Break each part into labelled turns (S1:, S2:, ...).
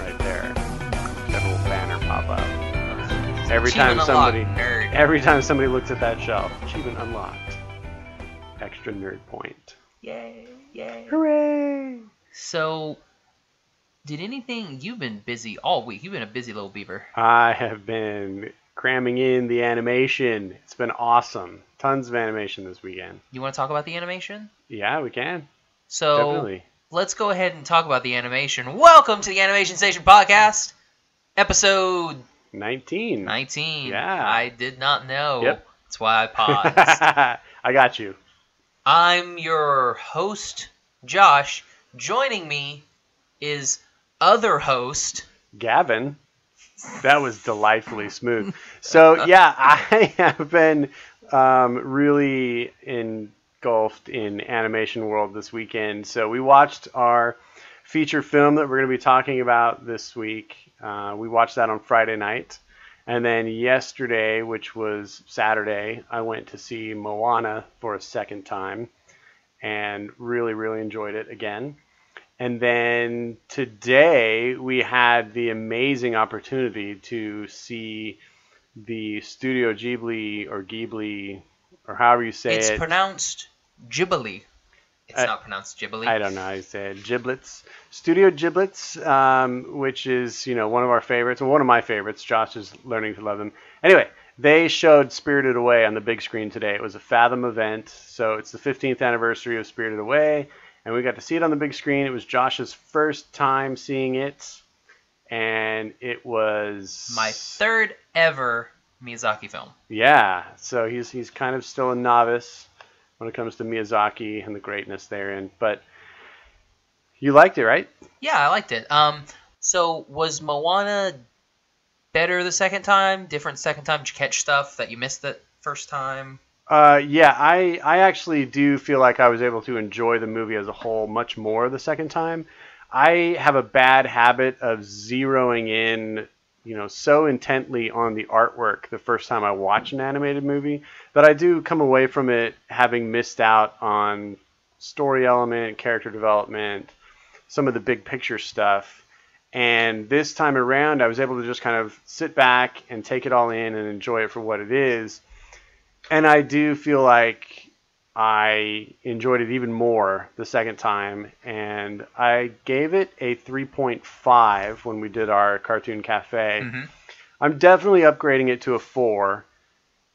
S1: right there. That little banner pop up. Every time somebody, every time somebody looks at that shelf, achievement unlocked. Extra nerd point.
S2: Yay! Yay!
S1: Hooray!
S2: So, did anything? You've been busy all week. You've been a busy little beaver.
S1: I have been cramming in the animation. It's been awesome. Tons of animation this weekend.
S2: You want to talk about the animation?
S1: Yeah, we can.
S2: So
S1: Definitely.
S2: let's go ahead and talk about the animation. Welcome to the Animation Station podcast, episode
S1: 19.
S2: 19.
S1: Yeah.
S2: I did not know.
S1: Yep.
S2: That's why I paused.
S1: I got you.
S2: I'm your host, Josh. Joining me is other host.
S1: Gavin. That was delightfully smooth. So yeah, I have been um, really engulfed in animation world this weekend. So we watched our feature film that we're going to be talking about this week. Uh, we watched that on Friday night, and then yesterday, which was Saturday, I went to see Moana for a second time, and really, really enjoyed it again. And then today we had the amazing opportunity to see the Studio Ghibli or Ghibli or however you say
S2: it's
S1: it.
S2: pronounced Ghibli. It's
S1: I-
S2: not pronounced Ghibli.
S1: I don't know how you say it. Giblets. Studio Giblets, um, which is, you know, one of our favorites, well, one of my favorites. Josh is learning to love them. Anyway, they showed Spirited Away on the big screen today. It was a Fathom event, so it's the 15th anniversary of Spirited Away, and we got to see it on the big screen. It was Josh's first time seeing it, and it was
S2: my third ever Miyazaki film.
S1: yeah, so he's he's kind of still a novice when it comes to Miyazaki and the greatness therein. But you liked it, right?
S2: Yeah, I liked it. Um, so was Moana better the second time? Different second time? Did you catch stuff that you missed the first time?
S1: Uh, yeah, I I actually do feel like I was able to enjoy the movie as a whole much more the second time. I have a bad habit of zeroing in, you know, so intently on the artwork the first time I watch an animated movie that I do come away from it having missed out on story element, character development, some of the big picture stuff. And this time around, I was able to just kind of sit back and take it all in and enjoy it for what it is and I do feel like I enjoyed it even more the second time, and I gave it a 3.5 when we did our Cartoon Cafe.
S2: Mhm.
S1: I'm definitely upgrading it to a 4.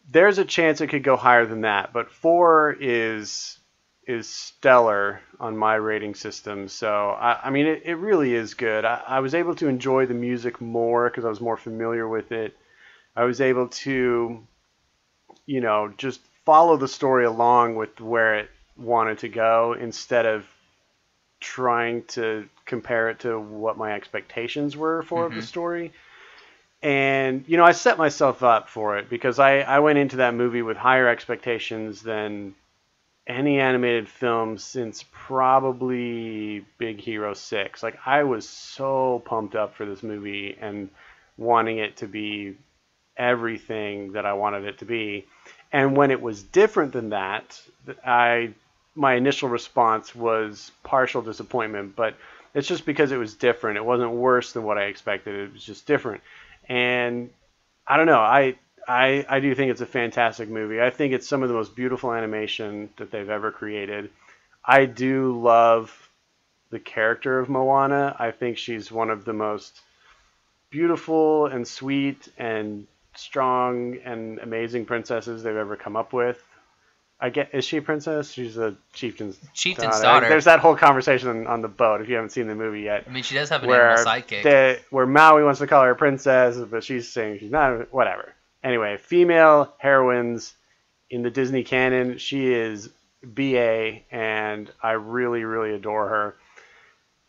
S1: There's a chance it could go higher than that, but 4 is is stellar on my rating system. So, I, I mean, it, it really is good. I, I was able to enjoy the music more because I was more familiar with it. I was able to you know, just follow the story along with where it wanted to go instead of trying to compare it to what my expectations were for the story. And, you know, I set myself up for it because I, I went into that movie with higher expectations than any animated film since probably Big Hero 6. Like, I was so pumped up for this movie and wanting it to be everything that I wanted it to be. And when it was different than that, th- I my initial response was partial disappointment, but it's just because it was different. It wasn't worse than what I expected. It was just different. And I don't know. I I, I do think it's a fantastic movie. I think it's some of the most beautiful animation that they've ever created. I do love the character of Moana. I think she's one of the most beautiful and sweet and strong and amazing princesses they've ever come up with. I get is she a princess? She's a chieftain's
S2: Chieftain's daughter.
S1: There's that whole conversation on, on the boat. If you haven't seen the movie yet,
S2: I mean, she does have an
S1: where
S2: animal sidekick.
S1: they- where Maui wants to call her a princess, but she's saying she's not. Whatever. Anyway, female heroines in the Disney canon, she is BA, and I really, really adore her.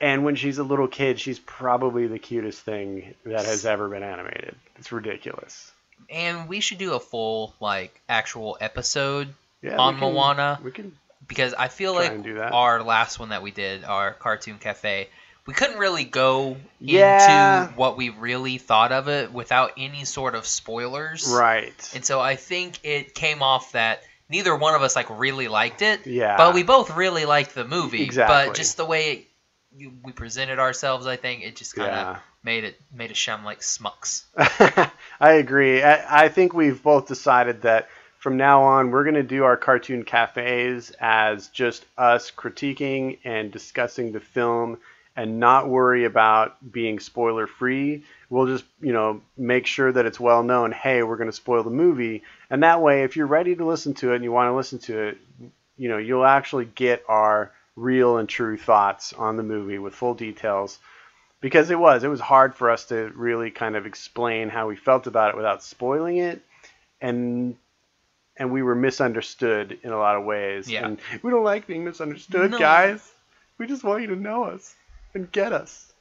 S1: And when she's a little kid, she's probably the cutest thing that has ever been animated. It's ridiculous.
S2: and we should do a full like actual episode
S1: Yeah,
S2: on
S1: we can-
S2: Moana
S1: We can.
S2: because I feel
S1: try
S2: like
S1: and do that.
S2: our last one that we did, our cartoon cafe, we couldn't really go
S1: Yeah.
S2: into what we really thought of it without any sort of spoilers.
S1: Right.
S2: And so I think it came off that neither one of us like really liked it.
S1: Yeah.
S2: But we both really liked the movie.
S1: Exactly.
S2: But just the way it, you, we presented ourselves, I think it just kind of
S1: Yeah.
S2: made it made a shum like smucks.
S1: I agree. I, I think we've both decided that from now on, we're going to do our cartoon cafes as just us critiquing and discussing the film and not worry about being spoiler free. We'll just, you know, make sure that it's well known hey, we're going to spoil the movie. And that way, if you're ready to listen to it and you want to listen to it, you know, you'll actually get our real and true thoughts on the movie with full details because it was it was hard for us to really kind of explain how we felt about it without spoiling it and and we were misunderstood in a lot of ways
S2: Yeah.
S1: and we don't like being misunderstood
S2: No.
S1: guys we just want you to know us and get us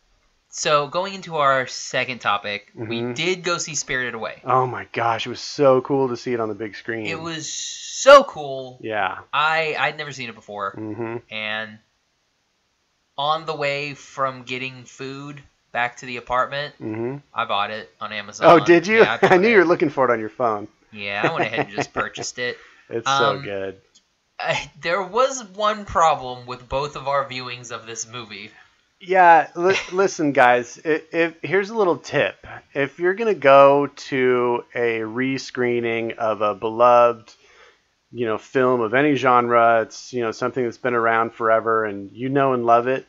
S2: So going into our second topic, we
S1: Mhm.
S2: did go see Spirited Away.
S1: oh my gosh it was so cool to see it on the big screen
S2: It was so cool.
S1: yeah
S2: I I'd never seen it before,
S1: mm-hmm
S2: and on the way from getting food back to the apartment,
S1: mm-hmm
S2: I bought it on Amazon.
S1: oh did you
S2: Yeah,
S1: i knew you were
S2: bought
S1: looking for it on your phone
S2: it. Yeah, I went ahead and just purchased it.
S1: it's so
S2: Um,
S1: good
S2: I, there was one problem with both of our viewings of this movie.
S1: Yeah, li- listen, guys. If, if here's a little tip: if you're gonna go to a rescreening of a beloved, you know, film of any genre, it's you know something that's been around forever and you know and love it.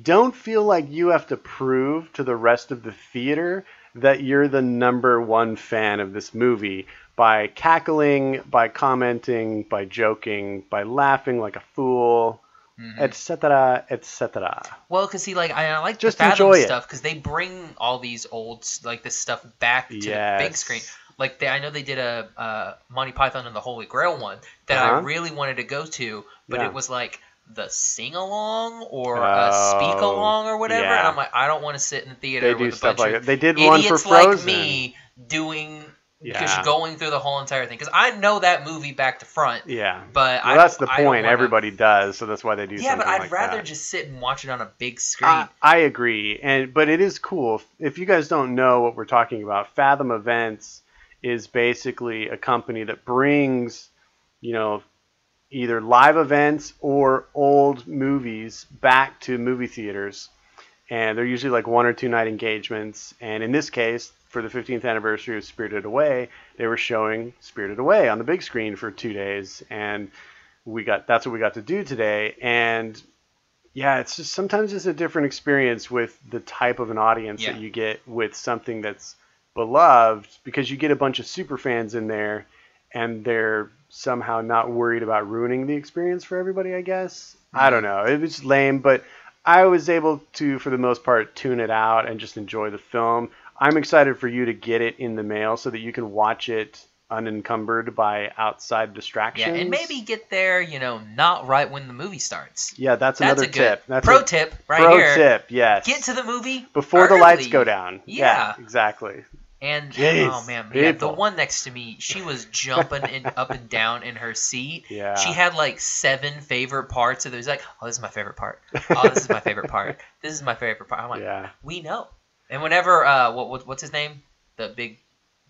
S1: Don't feel like you have to prove to the rest of the theater that you're the number one fan of this movie by cackling, by commenting, by joking, by laughing like a fool, etc., etc.
S2: Well, because see, like I, I like
S1: Just
S2: the Fathom
S1: enjoy it.
S2: stuff because they bring all these old s- like this stuff back to the big
S1: Yes.
S2: screen. Like they, I know they did a uh, Monty Python and the Holy Grail one that I
S1: Uh-huh.
S2: really wanted to go to, but
S1: Yeah.
S2: it was like the sing along or a speak
S1: Oh,
S2: along or whatever, and
S1: yeah.
S2: I'm like, I don't want to sit in the theater
S1: They
S2: with
S1: do
S2: a
S1: stuff
S2: bunch
S1: like that.
S2: of
S1: They did one
S2: idiots
S1: for
S2: like
S1: Frozen.
S2: me doing
S1: Yeah.
S2: just going through the whole entire thing because I know that movie back to front.
S1: Yeah.
S2: But
S1: Well,
S2: I-
S1: that's the
S2: I don't
S1: point.
S2: wanna-
S1: Everybody does, so that's why they do.
S2: Yeah, but
S1: something
S2: I'd
S1: like
S2: rather
S1: that.
S2: just sit and watch it on a big screen.
S1: I, I agree, and but it is cool. If you guys don't know what we're talking about, Fathom Events is basically a company that brings, you know, either live events or old movies back to movie theaters, and they're usually like one or two night engagements. And in this case, for the 15th anniversary of Spirited Away, they were showing Spirited Away on the big screen for two days, and we got that's what we got to do today. And yeah, it's just sometimes it's a different experience with the type of an audience
S2: Yeah.
S1: that you get with something that's beloved because you get a bunch of super fans in there and they're somehow not worried about ruining the experience for everybody, I guess.
S2: Mm-hmm.
S1: I don't know. It was lame, but I was able to, for the most part, tune it out and just enjoy the film. I'm excited for you to get it in the mail so that you can watch it unencumbered by outside distractions.
S2: Yeah, and maybe get there, you know, not right when the movie starts.
S1: Yeah, that's,
S2: That's
S1: another
S2: a good
S1: tip. That's
S2: pro
S1: a
S2: tip right
S1: pro
S2: here.
S1: tip. Yes.
S2: Get to the movie
S1: before the lights go
S2: early.
S1: down.
S2: Yeah.
S1: exactly.
S2: And
S1: Jeez,
S2: oh man, yeah, the
S1: people.
S2: one next to me, she was jumping in, up and down in her seat.
S1: Yeah.
S2: She had like seven favorite parts, and it was like, oh, this is my favorite part. Oh, this is my favorite part. This is my favorite part. I'm like,
S1: Yeah.
S2: we know. And whenever uh, what, what what's his name, the big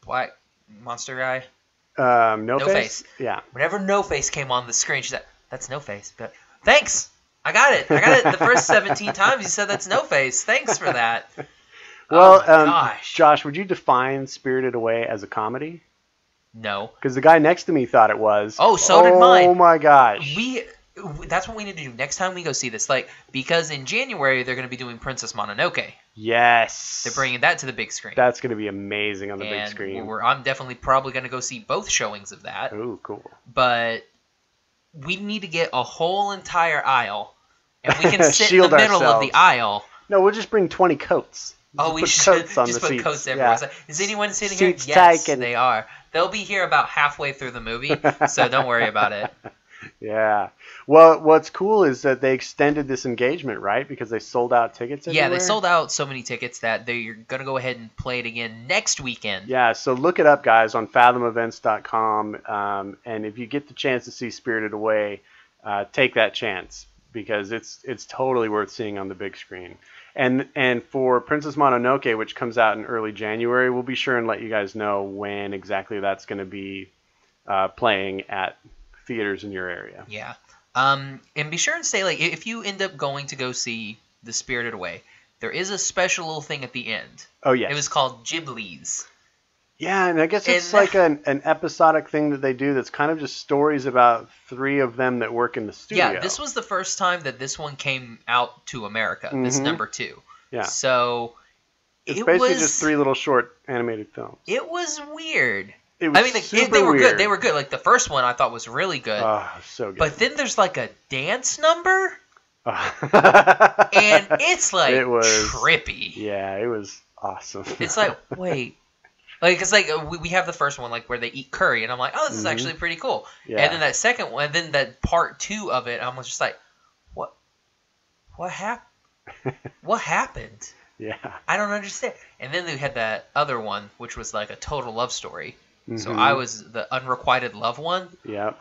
S2: black monster guy.
S1: Um, no,
S2: No
S1: face?
S2: face.
S1: Yeah.
S2: Whenever No Face came on the screen, she's like, "That's No Face." But thanks, I got it. I got it. The first seventeen times you said that's No Face. Thanks for that.
S1: Well,
S2: oh my
S1: um,
S2: gosh,
S1: Josh, would you define Spirited Away as a comedy?
S2: no.
S1: Because the guy next to me thought it was.
S2: Oh, so did mine.
S1: Oh my gosh.
S2: We w- that's what we need to do next time we go see this. Like because in January they're going to be doing Princess Mononoke.
S1: Yes.
S2: They're bringing that to the big screen.
S1: That's going to be amazing on the big
S2: and
S1: screen.
S2: We're, I'm definitely probably going to go see both showings of that.
S1: Oh, cool.
S2: but we need to get a whole entire aisle, and we can sit in the
S1: Shield
S2: middle of
S1: ourselves.
S2: the aisle.
S1: No, we'll just bring 20 coats.
S2: Oh,
S1: Just
S2: we
S1: put
S2: should
S1: coats on
S2: just
S1: the
S2: put
S1: seats.
S2: coats everywhere.
S1: Yeah.
S2: It's like, Is anyone sitting
S1: Seats
S2: here? Yes,
S1: taken.
S2: they are. They'll be here about halfway through the movie, so don't worry about it.
S1: Yeah. Well, what's cool is that they extended this engagement, right? Because they sold out tickets.
S2: yeah, they sold out so many tickets that they're gonna go ahead and play it again next weekend.
S1: Yeah, so look it up, guys, on fathomevents.com. Um, and if you get the chance to see Spirited Away, uh, take that chance because it's it's totally worth seeing on the big screen. And and for Princess Mononoke, which comes out in early January, we'll be sure and let you guys know when exactly that's going to be uh, playing at theaters in your area.
S2: Yeah. Um, and be sure and say like i- if you end up going to go see The Spirited Away, there is a special little thing at the end.
S1: Oh yeah,
S2: It was called Ghibli's.
S1: Yeah, and I guess it's
S2: And-
S1: like an, an episodic thing that they do that's kind of just stories about three of them that work in the studio.
S2: Yeah, this was the first time that this one came out to America. This
S1: Mhm.
S2: number two.
S1: Yeah.
S2: So
S1: It's
S2: it
S1: basically
S2: was
S1: just three little short animated films.
S2: it was weird.
S1: It was
S2: I mean, like,
S1: super
S2: it, they were
S1: weird.
S2: good. They were good. Like the first one, I thought was really good.
S1: Ah, so good.
S2: but then there's like a dance number,
S1: Ah.
S2: and it's like
S1: It was-
S2: trippy.
S1: yeah, it was awesome.
S2: It's like wait. Like it's like uh, we, we have the first one like where they eat curry and I'm like oh this is
S1: Mhm.
S2: actually pretty cool
S1: yeah.
S2: and then that second one and then that part two of it I'm just like what what happened what happened
S1: yeah.
S2: I don't understand. And then they had that other one, which was like a total love story. So
S1: Mhm.
S2: I was the unrequited love one.
S1: Yep.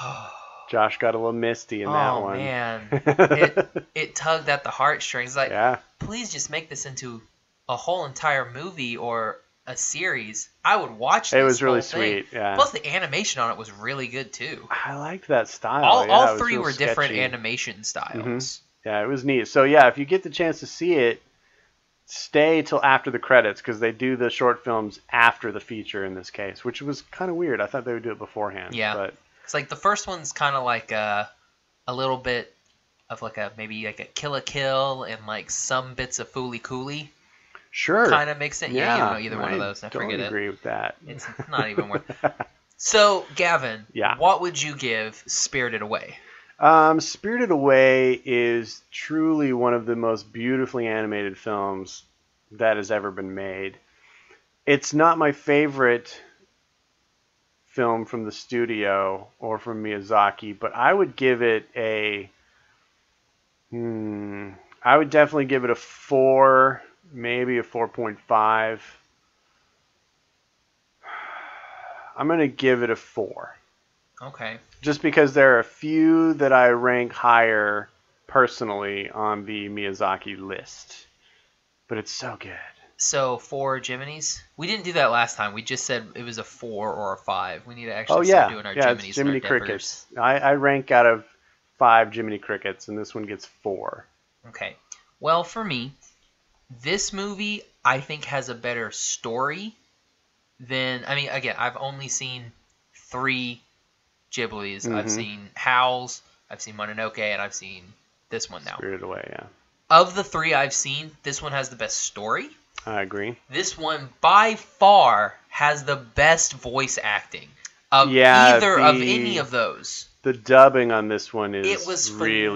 S2: Oh,
S1: Josh got a little misty in that one.
S2: man, it it tugged at the heartstrings. Like,
S1: yeah.
S2: please just make this into a whole entire movie or a series. I would watch. This
S1: It was really
S2: whole thing.
S1: sweet. Yeah.
S2: Plus, the animation on it was really good too.
S1: I liked that style.
S2: all
S1: Oh, yeah, it
S2: all
S1: was
S2: three
S1: real
S2: were different
S1: sketchy. Mm-hmm.
S2: animation styles.
S1: Yeah, it was neat. So yeah, if you get the chance to see it, stay till after the credits because they do the short films after the feature in this case, which was kind of weird. I thought they would do it beforehand.
S2: Yeah.
S1: But
S2: It's like the first one's kind of like a, a little bit of like a maybe like a kill a kill and like some bits of fooly cooly
S1: sure.
S2: kind of mixed in. Yeah, you know, either one
S1: I
S2: of those. I
S1: don't
S2: forget it.
S1: agree with that.
S2: It's not even worth. So Gavin,
S1: Yeah.
S2: what would you give Spirited Away?
S1: Um, Spirited Away is truly one of the most beautifully animated films that has ever been made. It's not my favorite film from the studio or from Miyazaki, but I would give it a. Hmm, I would definitely give it a 4, maybe a 4.5. I'm going to give it a 4
S2: Okay.
S1: just because there are a few that I rank higher personally on the Miyazaki list. But it's so good.
S2: So four Gemini's. We didn't do that last time. We just said it was a four or a five. We need to actually
S1: oh
S2: start
S1: yeah,
S2: doing our
S1: yeah,
S2: Gemini's.
S1: it's
S2: and our
S1: Jiminy
S2: Deppers.
S1: Crickets. I, I rank out of five Jiminy Crickets, and this one gets four.
S2: Okay. Well, for me, this movie I think has a better story than I mean, again, I've only seen three Ghibli's. I've
S1: Mhm.
S2: seen Howl's, I've seen Mononoke, and I've seen this one now.
S1: Spirited Away, yeah,
S2: Of the three I've seen, this one has the best story.
S1: I agree.
S2: This one by far has the best voice acting of
S1: Yeah,
S2: either of
S1: the-
S2: any of those.
S1: The dubbing on this one is
S2: It was
S1: really,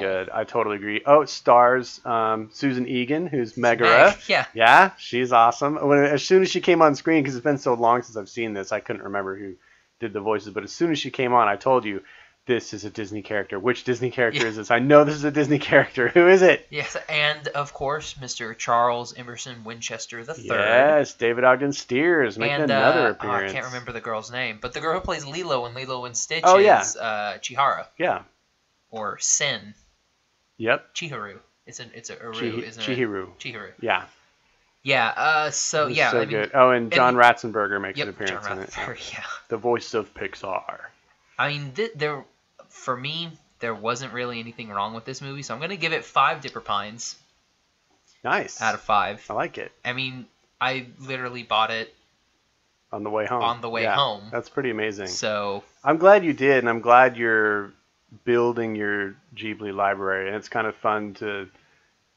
S1: really good. I totally agree. Oh, it stars um, Susan Egan, who's Megara.
S2: Meg, yeah.
S1: Yeah, she's awesome. When, as soon as she came on screen, because it's been so long since I've seen this, I couldn't remember who did the voices. But as soon as she came on, I told you this is a Disney character. Which Disney character
S2: Yeah.
S1: is this? I know this is a Disney character. Who is it?
S2: Yes, and of course, Mr. Charles Emerson Winchester the third.
S1: Yes, David Ogden Steers making
S2: and
S1: another
S2: uh, oh, I
S1: appearance.
S2: can't remember the girl's name, but the girl who plays Lilo in Lilo and Stitch
S1: Oh,
S2: is
S1: yeah.
S2: uh, Chihara
S1: Yeah.
S2: or Sin
S1: Yep.
S2: Chiharu. It's an it's a Uru,
S1: Chi-
S2: isn't it?
S1: Chihiru.
S2: Chiharu.
S1: Yeah.
S2: Yeah. Uh. So
S1: He's
S2: yeah.
S1: So
S2: I mean,
S1: good. Oh, and John
S2: and-
S1: Ratzenberger makes
S2: yep.
S1: an appearance
S2: John
S1: in it.
S2: Ratzenberger, Yeah.
S1: The voice of Pixar.
S2: I mean, th- there for me there wasn't really anything wrong with this movie, so I'm gonna give it five Dipper Pines
S1: Nice.
S2: out of five.
S1: I like it.
S2: I mean, I literally bought it,
S1: On the way home.
S2: On the way
S1: Yeah,
S2: home.
S1: That's pretty amazing.
S2: so
S1: I'm glad you did, and I'm glad you're building your Ghibli library, and it's kind of fun to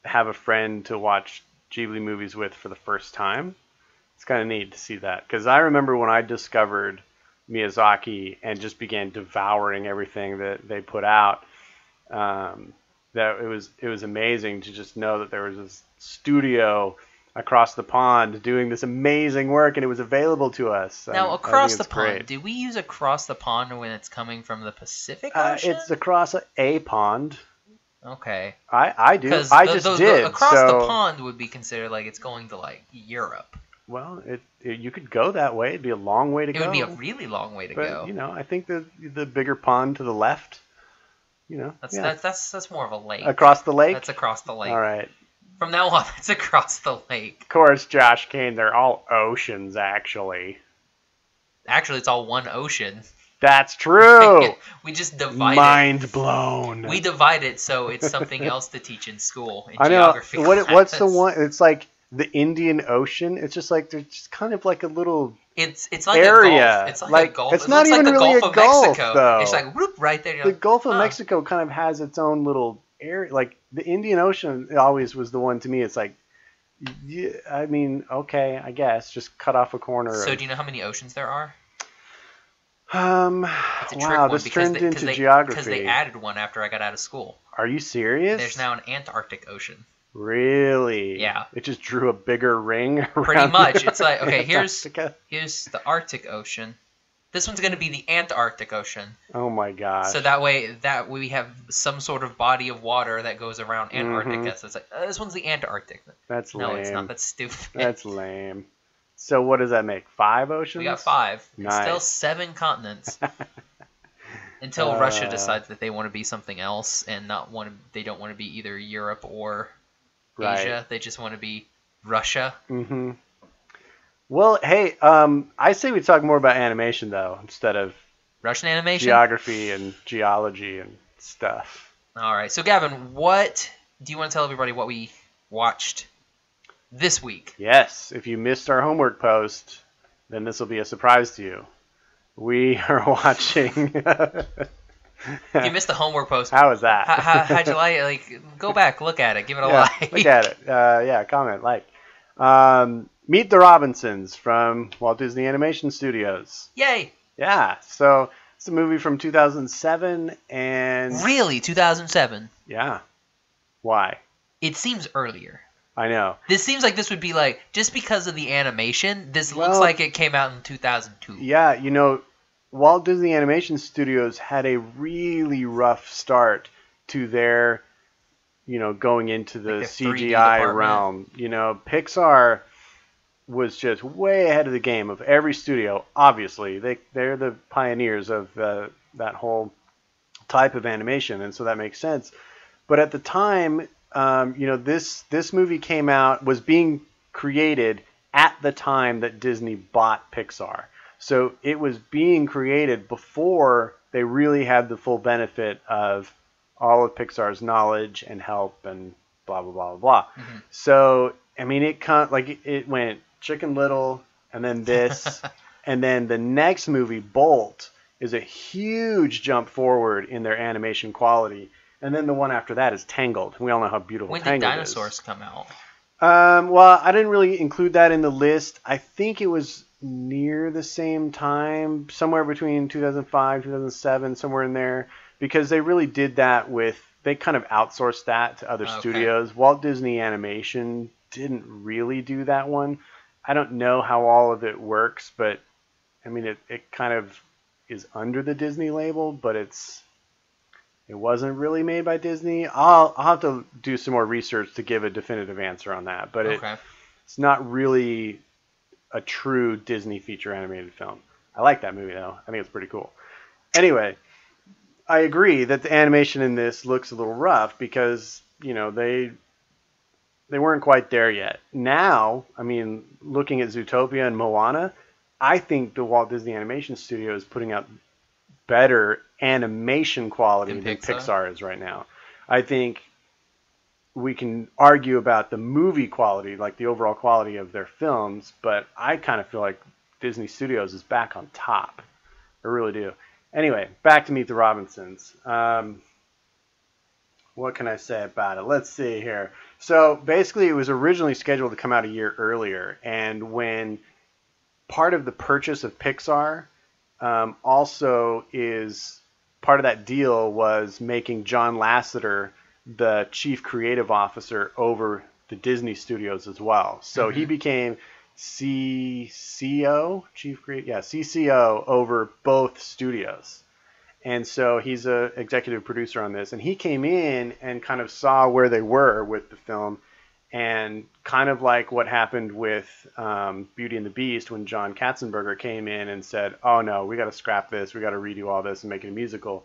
S1: have a friend to watch Ghibli movies with for the first time. It's kind of neat to see that because I remember when I discovered Miyazaki and just began devouring everything that they put out. Um, that it was it was amazing to just know that there was this studio across the pond doing this amazing work and it was available to us. I- I
S2: Now,
S1: think
S2: across the
S1: it's
S2: pond,
S1: great.
S2: did we use across the pond when it's coming from the Pacific
S1: Uh,
S2: Ocean?
S1: it's across a, a pond.
S2: okay.
S1: I, I do.
S2: Because
S1: I
S2: the,
S1: just
S2: the- the-
S1: did.
S2: across
S1: so,
S2: the pond would be considered like it's going to like Europe.
S1: Well, it, it- you could go that way. It'd be a long way to
S2: It
S1: go.
S2: would be a really long way to
S1: but
S2: go.
S1: you know, I think the the bigger pond to the left. You know,
S2: that's,
S1: yeah.
S2: that's that's that's more of a lake.
S1: across the lake.
S2: That's across the lake.
S1: All right,
S2: From now on, that's across the lake.
S1: of course, Josh Kane. They're all oceans, actually.
S2: Actually, it's all one ocean.
S1: That's true.
S2: we just divide
S1: Mind blown.
S2: it. We divide it so it's something else to teach in school in
S1: I know.
S2: geography.
S1: What what's the
S2: class.
S1: one? It's like the Indian Ocean. It's just like there's just kind of like a little
S2: It's it's like a
S1: area.
S2: gulf. It's like,
S1: Like,
S2: a gulf.
S1: it's
S2: it
S1: not
S2: looks
S1: even
S2: like the
S1: really
S2: Gulf
S1: a
S2: of
S1: gulf,
S2: Mexico.
S1: though.
S2: It's like whoop right there. You're
S1: the
S2: like,
S1: Gulf of
S2: huh.
S1: Mexico kind of has its own little area. Like the Indian Ocean always was the one to me. It's like, yeah, I mean, okay, I guess just cut off a corner.
S2: So
S1: of-
S2: do you know how many oceans there are?
S1: um,
S2: It's a trick
S1: wow,
S2: one
S1: this
S2: because
S1: turned
S2: they, 'cause
S1: into
S2: they, 'cause they
S1: geography.
S2: added one after I got out of school.
S1: Are you serious?
S2: There's now an Antarctic Ocean.
S1: really.
S2: Yeah.
S1: It just drew a bigger ring. Around
S2: Pretty much. It's like okay, here's
S1: Antarctica.
S2: here's the Arctic Ocean. This one's going to be the Antarctic Ocean.
S1: Oh my gosh.
S2: So that way, that way we have some sort of body of water that goes around Antarctica.
S1: Mhm.
S2: So it's like uh, this one's the Antarctic.
S1: That's
S2: No,
S1: lame.
S2: it's not. That's stupid.
S1: That's lame. So what does that make? Five oceans?
S2: We got five. It's still
S1: Nice.
S2: seven continents. Until
S1: Uh,
S2: Russia decides that they want to be something else and not want to, they don't want to be either Europe or
S1: Right.
S2: Asia. They just want to be Russia.
S1: Mm-hmm. Well, hey, um, I say we talk more about animation though, instead of
S2: Russian animation.
S1: geography and geology and stuff.
S2: All right. So Gavin, what do you want to tell everybody what we watched this week?
S1: Yes, if you missed our homework post, then this will be a surprise to you. We are watching.
S2: You missed the homework post.
S1: How is that?
S2: how, how, how'd you like? Like, go back, look at it, give it a
S1: yeah,
S2: like.
S1: look at it. Uh, yeah, comment, like. Um, Meet the Robinsons from Walt Disney Animation Studios.
S2: Yay!
S1: Yeah, so it's a movie from 2007, and
S2: Really, 2007.
S1: yeah, why?
S2: It seems earlier.
S1: I know.
S2: This seems like this would be like just because of the animation. This looks
S1: Well-
S2: like it came out in 2002.
S1: Yeah, you know, Walt Disney Animation Studios had a really rough start to their, you know, going into the
S2: Like their 3D
S1: CGI
S2: department.
S1: realm. You know, Pixar was just way ahead of the game of every studio. Obviously, they they're the pioneers of uh, that whole type of animation, and so that makes sense. But at the time, um, you know, this this movie came out was being created at the time that Disney bought Pixar, so it was being created before they really had the full benefit of all of Pixar's knowledge and help and blah blah blah blah. blah.
S2: Mm-hmm.
S1: So I mean, it kind like it went Chicken Little and then this, and then the next movie Bolt is a huge jump forward in their animation quality, and then the one after that is Tangled. We all know how beautiful
S2: When did
S1: Tangled
S2: dinosaurs come out?
S1: is. Um, well, I didn't really include that in the list. I think it was near the same time, somewhere between 2005, 2007, somewhere in there, because they really did that with. They kind of outsourced that to other
S2: Okay.
S1: studios. Walt Disney Animation didn't really do that one. I don't know how all of it works, but I mean, it, it kind of is under the Disney label, but it's it wasn't really made by Disney. I'll I'll have to do some more research to give a definitive answer on that, but it,
S2: okay.
S1: it's not really a true Disney feature animated film. I like that movie though. I think it's pretty cool. Anyway, I agree that the animation in this looks a little rough because, you know, they they weren't quite there yet. Now, I mean, looking at Zootopia and Moana, I think the Walt Disney Animation Studio is putting out better animation quality
S2: Than
S1: than
S2: Pixar?
S1: Pixar is right now. I think we can argue about the movie quality, like the overall quality of their films, but I kind of feel like Disney Studios is back on top. I really do. Anyway, back to Meet the Robinsons. Um, what can I say about it? Let's see here. So basically, it was originally scheduled to come out a year earlier, and when part of the purchase of Pixar um, also is part of that deal was making John Lasseter the chief creative officer over the Disney studios as well. So he became CCO, chief creative, yeah, CCO over both studios. And so he's a executive producer on this and he came in and kind of saw where they were with the film and kind of like what happened with um, Beauty and the Beast when John Katzenberger came in and said, "Oh no, we got to scrap this. We got to redo all this and make it a musical."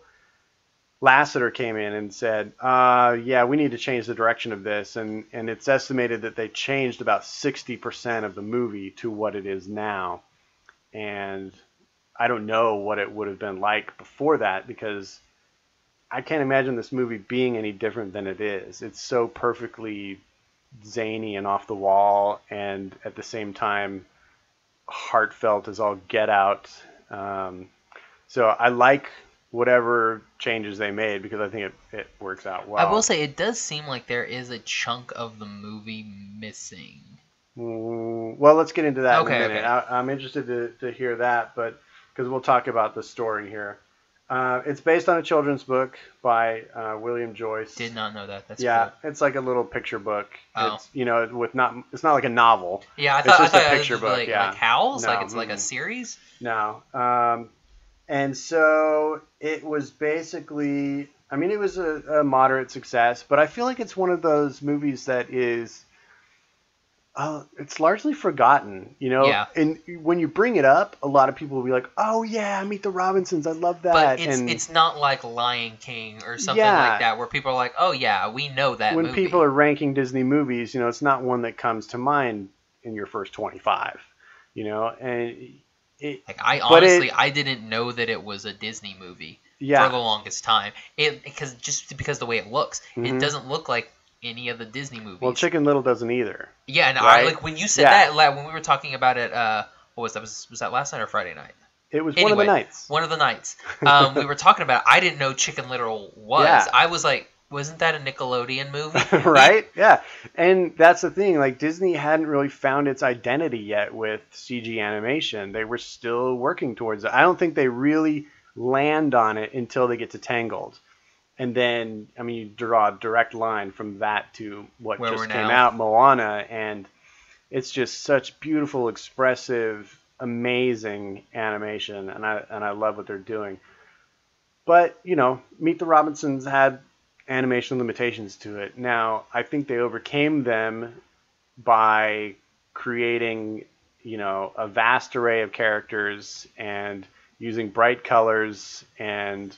S1: Lasseter came in and said, uh, "Yeah, we need to change the direction of this," and and it's estimated that they changed about sixty percent of the movie to what it is now, and I don't know what it would have been like before that because I can't imagine this movie being any different than it is. It's so perfectly zany and off the wall, and at the same time, heartfelt as all get out. Um, so I like whatever changes they made because I think it, it works out well.
S2: I will say it does seem like there is a chunk of the movie missing.
S1: Mm, Well, let's get into that
S2: Okay,
S1: in a minute.
S2: okay.
S1: I, I'm interested to, to hear that, but because we'll talk about the story here. Uh, it's based on a children's book by uh, William Joyce.
S2: Did not know that. That's
S1: yeah,
S2: cool.
S1: it's like a little picture book.
S2: Oh.
S1: It's you know with not it's not like a novel.
S2: Yeah, I
S1: It's
S2: thought,
S1: just a
S2: I thought it was
S1: picture
S2: just
S1: book,
S2: like,
S1: yeah.
S2: like Howls,
S1: No, mm-hmm.
S2: like it's like a
S1: mm-mm.
S2: series.
S1: No. Um, and so it was basically, I mean, it was a, a moderate success, but I feel like it's one of those movies that is, uh, it's largely forgotten, you know?
S2: Yeah.
S1: And when you bring it up, a lot of people will be like, oh, yeah, Meet the Robinsons. I love that.
S2: But it's
S1: and
S2: it's not like Lion King or something
S1: Yeah.
S2: like that where people are like, oh yeah, we know that
S1: when
S2: movie.
S1: people are ranking Disney movies, you know, it's not one that comes to mind in your first 25, you know? And it,
S2: like I
S1: but it-
S2: honestly I didn't know that it was a Disney movie
S1: yeah.
S2: for the longest time. It because just because the way it looks,
S1: Mhm.
S2: it doesn't look like any of the Disney movies.
S1: well, Chicken Little doesn't either.
S2: yeah, and I
S1: right?
S2: like when you said
S1: Yeah.
S2: that like, when we were talking about it. Uh, what was that? Was, was that last night or Friday night?
S1: It was one of the
S2: Anyway,
S1: nights.
S2: One of the nights um, we were talking about. It, I didn't know Chicken Little was.
S1: Yeah.
S2: I was like, wasn't that a Nickelodeon movie?
S1: right? Yeah. And that's the thing. Like Disney hadn't really found its identity yet with CG animation. They were still working towards it. I don't think they really land on it until they get to Tangled. And then, I mean, you draw a direct line from that to what
S2: Where
S1: just
S2: we're
S1: came
S2: now.
S1: out, Moana, and it's just such beautiful, expressive, amazing animation, and I and I love what they're doing. But you know, Meet the Robinsons had animation limitations to it. Now, I think they overcame them by creating, you know, a vast array of characters and using bright colors and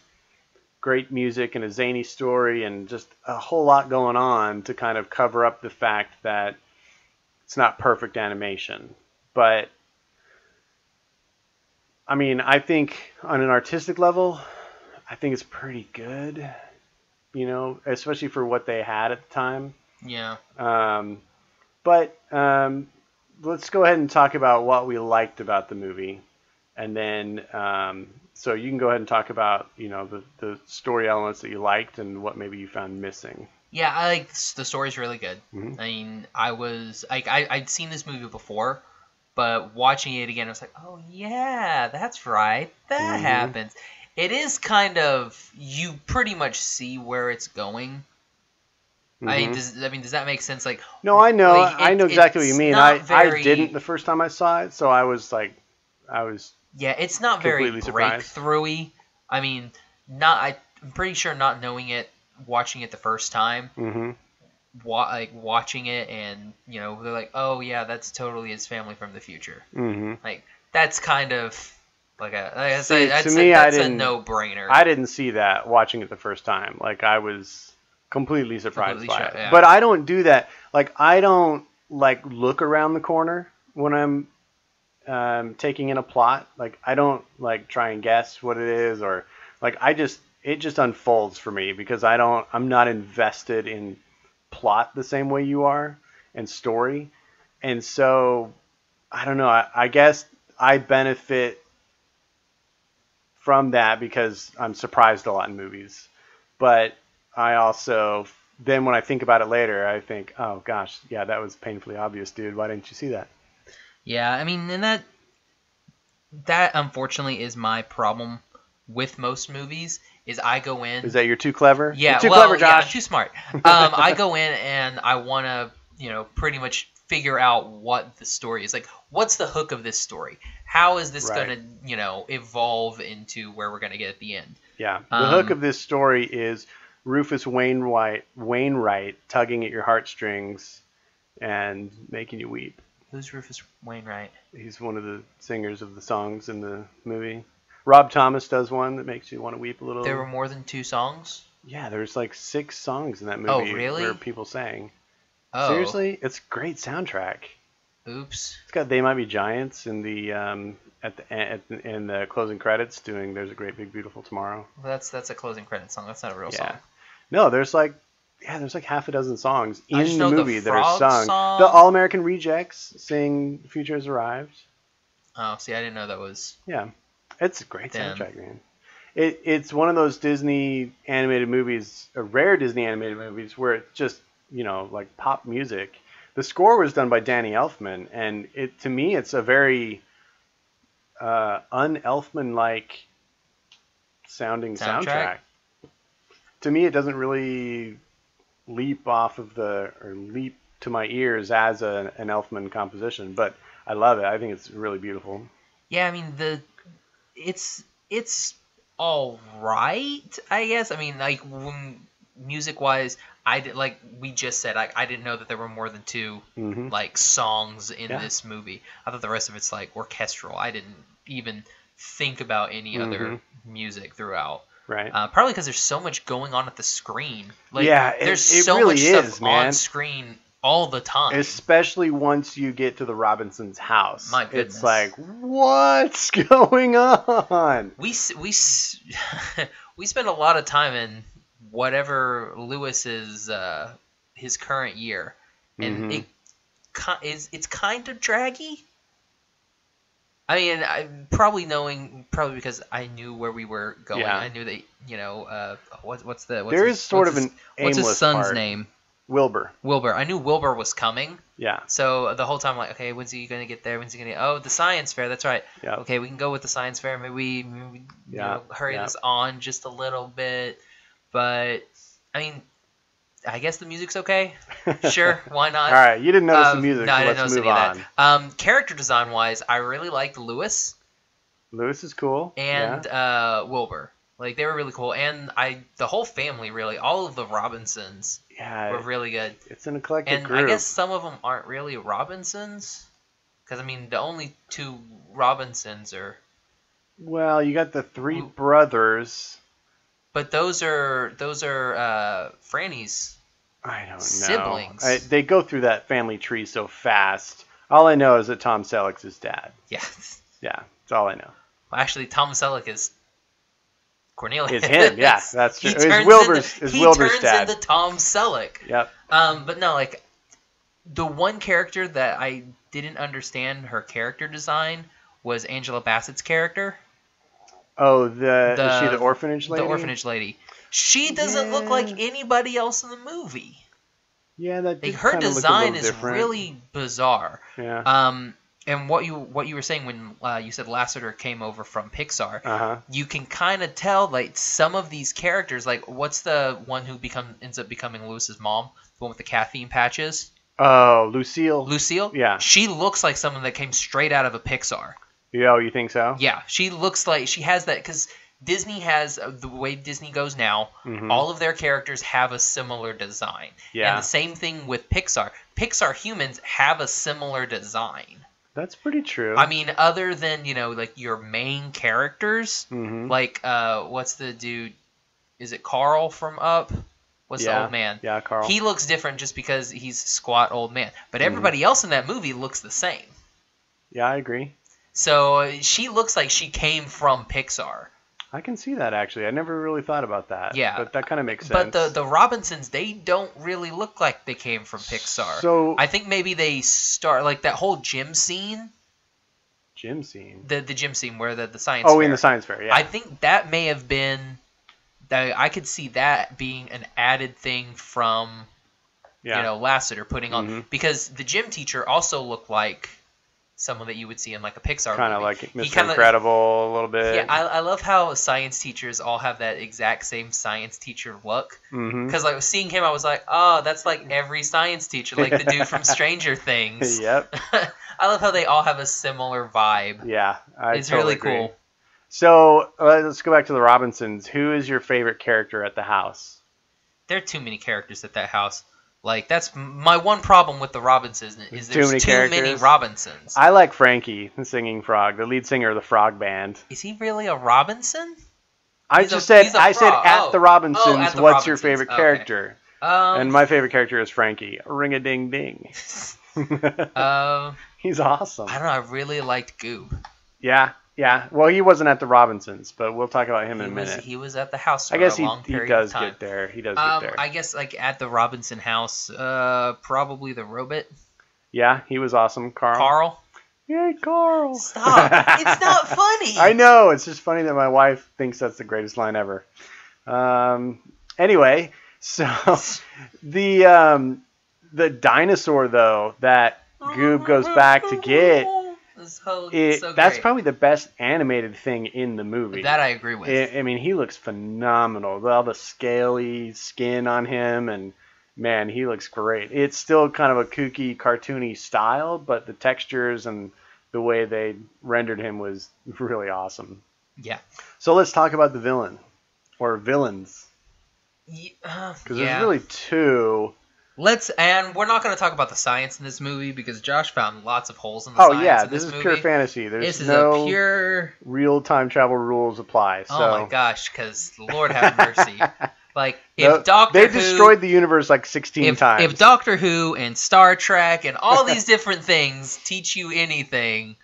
S1: great music and a zany story and just a whole lot going on to kind of cover up the fact that it's not perfect animation. But I mean, I think on an artistic level, I think it's pretty good, you know, especially for what they had at the time.
S2: yeah.
S1: Um, but um, let's go ahead and talk about what we liked about the movie, and then um, so you can go ahead and talk about you know the, the story elements that you liked and what maybe you found missing.
S2: Yeah, I like s- the story's really good.
S1: Mhm.
S2: I mean, I was like, I I'd seen this movie before, but watching it again, I was like, oh yeah, that's right, that
S1: Mhm.
S2: happens. It is kind of you pretty much see where it's going. I mean,
S1: Mhm.
S2: does I mean does that make sense? Like,
S1: no, I know,
S2: like,
S1: I
S2: it-
S1: know exactly what you
S2: it's
S1: mean.
S2: not
S1: I I
S2: very-
S1: didn't the first time I saw it, so I was like, I was
S2: Yeah, it's not very
S1: Completely surprised.
S2: breakthrough-y. I mean, not I, I'm pretty sure not knowing it, watching it the first time,
S1: hmm
S2: wa- like watching it, and you know they're like, oh yeah, that's totally his family from the future.
S1: hmm
S2: Like that's kind of like a like I
S1: See,
S2: say,
S1: to
S2: that's,
S1: me,
S2: a,
S1: I
S2: that's a
S1: didn't-
S2: no-brainer.
S1: I didn't see that watching it the first time. Like I was completely surprised
S2: Completely
S1: by
S2: shocked,
S1: it.
S2: yeah.
S1: But I don't do that. Like I don't like look around the corner when I'm um, taking in a plot. Like I don't like try and guess what it is or like I just it just unfolds for me because I don't I'm not invested in plot the same way you are and story. And so I don't know. I, I guess I benefit from that because I'm surprised a lot in movies. But I also then when I think about it later, I think, oh gosh, yeah, that was painfully obvious, dude. Why didn't you see that?
S2: Yeah, I mean, and that that unfortunately is my problem with most movies is I go in
S1: Is that you're too clever?
S2: yeah
S1: You're too
S2: well
S1: clever,
S2: yeah I'm
S1: Josh.
S2: too smart um, I go in and I want to you know pretty much figure out what the story is like what's the hook of this story how is this
S1: Right.
S2: going to you know evolve into where we're going to get at the end
S1: Yeah. The
S2: Um,
S1: hook of this story is Rufus Wainwright, Wainwright tugging at your heartstrings and making you weep.
S2: who's Rufus Wainwright
S1: He's one of the singers of the songs in the movie. Rob Thomas does one that makes you want to weep a little.
S2: there were more than two songs
S1: yeah, there's like six songs in that movie
S2: Oh, really?
S1: where people sang.
S2: oh
S1: Seriously, it's a great soundtrack.
S2: oops
S1: It's got "They Might Be Giants" in the um, at the en- at the, in the closing credits doing "There's a Great Big Beautiful Tomorrow."
S2: Well, that's that's a closing credit song that's not a real
S1: yeah.
S2: song
S1: No, there's like yeah, there's like half a dozen songs
S2: I
S1: in
S2: just
S1: the
S2: know the
S1: movie that are
S2: Frog
S1: sung.
S2: song.
S1: The All American Rejects sing "Future Has Arrived."
S2: oh see I didn't know that was
S1: Yeah, it's a great
S2: Damn.
S1: soundtrack, man. It, it's one of those Disney animated movies, uh, rare Disney animated movies, where it's just you know like pop music. The score was done by Danny Elfman, and it to me it's a very uh, un-Elfman like sounding soundtrack.
S2: Soundtrack?
S1: To me, it doesn't really leap off of the or leap to my ears as a, an Elfman composition, but I love it. I think it's really beautiful.
S2: Yeah, I mean the it's it's all right, I guess. I mean, like when music wise, I did like we just said, I I didn't know that there were more than 2
S1: Mhm.
S2: like songs in
S1: Yeah.
S2: this movie. I thought the rest of it's like orchestral. I didn't even think about any other
S1: Mm-hmm.
S2: music throughout.
S1: Right.
S2: Uh, probably because there's so much going on at the screen. Like,
S1: Yeah, it-
S2: there's
S1: it
S2: so
S1: really
S2: much
S1: is,
S2: stuff
S1: man.
S2: on screen all the time.
S1: Especially once you get to the Robinsons' house.
S2: My
S1: It's
S2: goodness.
S1: like, what's going on?
S2: we s- we s- we spend a lot of time in whatever Lewis's uh, his current year, and
S1: Mhm.
S2: it ki- is it's kind of draggy. I mean, I probably knowing probably because I knew where we were going.
S1: Yeah.
S2: I knew that you know uh, what, what's the what's
S1: there
S2: his-
S1: is sort
S2: what's
S1: of an
S2: his, what's his
S1: aimless
S2: son's
S1: part.
S2: name
S1: Wilbur.
S2: Wilbur. I knew Wilbur was coming.
S1: Yeah.
S2: So the whole time, like, okay, when's he gonna get there? When's he gonna? Oh, the science fair. That's right.
S1: Yeah.
S2: Okay, we can go with the science fair. Maybe we, maybe we you
S1: Yeah,
S2: know, hurry
S1: yeah.
S2: this on just a little bit. But I mean, I guess the music's okay. Sure, why not?
S1: All right. You didn't notice
S2: Um,
S1: the music,
S2: no,
S1: so
S2: I didn't
S1: let's
S2: notice
S1: move
S2: any of
S1: on.
S2: that. Um, character design wise, I really liked Lewis
S1: Lewis is cool.
S2: and
S1: yeah.
S2: uh, Wilbur. Like they were really cool, and I the whole family really, all of the Robinsons
S1: yeah
S2: were really good.
S1: it's an eclectic
S2: and
S1: group.
S2: I guess some of them aren't really Robinsons, because I mean the only two Robinsons are,
S1: well, you got the three
S2: Who-
S1: brothers.
S2: but those are those are uh, Franny's.
S1: I don't know.
S2: Siblings.
S1: I, they go through that family tree so fast. All I know is that Tom Selleck's his dad.
S2: Yeah,
S1: Yeah. That's all I know.
S2: well, actually Tom Selleck is Cornelius.
S1: It's him, yeah, that's
S2: He
S1: true. It's
S2: turns
S1: Wilbur's-
S2: into-
S1: it's
S2: he
S1: Wilbur's
S2: turns
S1: dad.
S2: into Tom Selleck.
S1: Yep.
S2: Um, but no, like the one character that I didn't understand her character design was Angela Bassett's character.
S1: Oh, the,
S2: The-
S1: is she the orphanage lady?
S2: The orphanage lady. She doesn't look like
S1: Yeah.
S2: anybody else in the movie.
S1: Yeah, that
S2: Like
S1: did
S2: her
S1: kinda look a
S2: design
S1: little
S2: is
S1: different. Uh-huh.
S2: really bizarre.
S1: Yeah.
S2: Um, and what you what you were saying when uh, you said Lasseter came over from Pixar,
S1: uh huh.
S2: you can kind of tell like some of these characters. Like what's the one who become ends up becoming Lewis's mom, the one with the caffeine patches,
S1: Oh, Lucille.
S2: Lucille.
S1: Yeah.
S2: she looks like someone that came straight out of a Pixar.
S1: Yeah, oh, you think so?
S2: Yeah, she looks like she has that because Disney has uh, the way Disney goes now.
S1: Mhm.
S2: All of their characters have a similar design.
S1: Yeah.
S2: And the same thing with Pixar. Pixar humans have a similar design.
S1: That's pretty true.
S2: I mean, other than you know, like your main characters,
S1: Mhm.
S2: like uh, what's the dude? Is it Carl from Up? What's
S1: yeah.
S2: the old man?
S1: Yeah, Carl.
S2: He looks different just because he's squat old man, but everybody
S1: Mm-hmm.
S2: else in that movie looks the same.
S1: yeah, I agree.
S2: So uh, she looks like she came from Pixar.
S1: I can see that actually. I never really thought about that.
S2: Yeah.
S1: But that kind of makes sense.
S2: But the the Robinsons, they don't really look like they came from Pixar.
S1: So-
S2: I think maybe they start like that whole gym scene.
S1: gym scene.
S2: the the gym scene where the the science.
S1: Oh, in
S2: fair.
S1: the science fair, yeah.
S2: I think that may have been that I could see that being an added thing from
S1: yeah.
S2: you know Lasseter putting on
S1: Mhm.
S2: because the gym teacher also looked like someone that you would see in like a Pixar
S1: kind of
S2: movie.
S1: like
S2: He
S1: Mr.
S2: kinda-
S1: Incredible a little bit.
S2: Yeah, I, I love how science teachers all have that exact same science teacher look.
S1: hmm
S2: Because like seeing him, I was like, oh, that's like every science teacher, like the dude from Stranger Things.
S1: yep.
S2: I love how they all have a similar vibe.
S1: Yeah. I
S2: it's
S1: totally
S2: really
S1: agree.
S2: cool.
S1: So uh, let's go back to the Robinsons. Who is your favorite character at the house?
S2: There are too many characters at that house. Like that's m- my one problem with the Robinsons is
S1: Too
S2: there's
S1: many
S2: too many
S1: characters?
S2: Robinsons.
S1: I like Frankie, the singing frog, the lead singer of the Frog Band.
S2: Is he really a Robinson?
S1: I
S2: He's a-
S1: just said
S2: he's a
S1: I said
S2: frog.
S1: at
S2: Oh.
S1: the Robinsons.
S2: Oh, at the
S1: what's your
S2: Robinsons.
S1: favorite
S2: Okay.
S1: character?
S2: Um,
S1: and my favorite character is Frankie. Ring a ding ding.
S2: um,
S1: He's awesome.
S2: I don't know. I really liked Goob.
S1: Yeah, yeah. Well, he wasn't at the Robinsons, but we'll talk about him in
S2: He
S1: a
S2: was,
S1: minute.
S2: he was at the house. For
S1: I guess
S2: a
S1: he,
S2: long
S1: he
S2: period
S1: does
S2: of time.
S1: get there. He does
S2: Um,
S1: get there.
S2: I guess like at the Robinson house, uh, probably the robot
S1: Yeah, he was awesome, Carl.
S2: Carl.
S1: Yay, Carl.
S2: Stop! it's not funny.
S1: I know. It's just funny that my wife thinks that's the greatest line ever. Um, anyway, so the um, the dinosaur though that Goob goes back to get
S2: It's so-
S1: it,
S2: so
S1: that's
S2: great.
S1: probably the best animated thing in the movie.
S2: that I agree with.
S1: I, I mean, he looks phenomenal. With All the scaly skin on him, and man, he looks great. It's still kind of a kooky, cartoony style, but the textures and the way they rendered him was really awesome.
S2: yeah.
S1: So let's talk about the villain or villains,
S2: Ye- uh,
S1: because
S2: yeah.
S1: there's really two.
S2: Let's and we're not going to talk about the science in this movie because Josh found lots of holes in the
S1: Oh
S2: science
S1: yeah,
S2: in
S1: this
S2: this,
S1: is
S2: movie.
S1: pure fantasy. There's
S2: this is
S1: no
S2: a pure.
S1: real time travel rules apply. So
S2: Oh my gosh! Because Lord have mercy. like if
S1: No,
S2: Doctor
S1: they
S2: Who,
S1: destroyed the universe like 16
S2: if,
S1: times.
S2: if Doctor Who and Star Trek and all these different things teach you anything,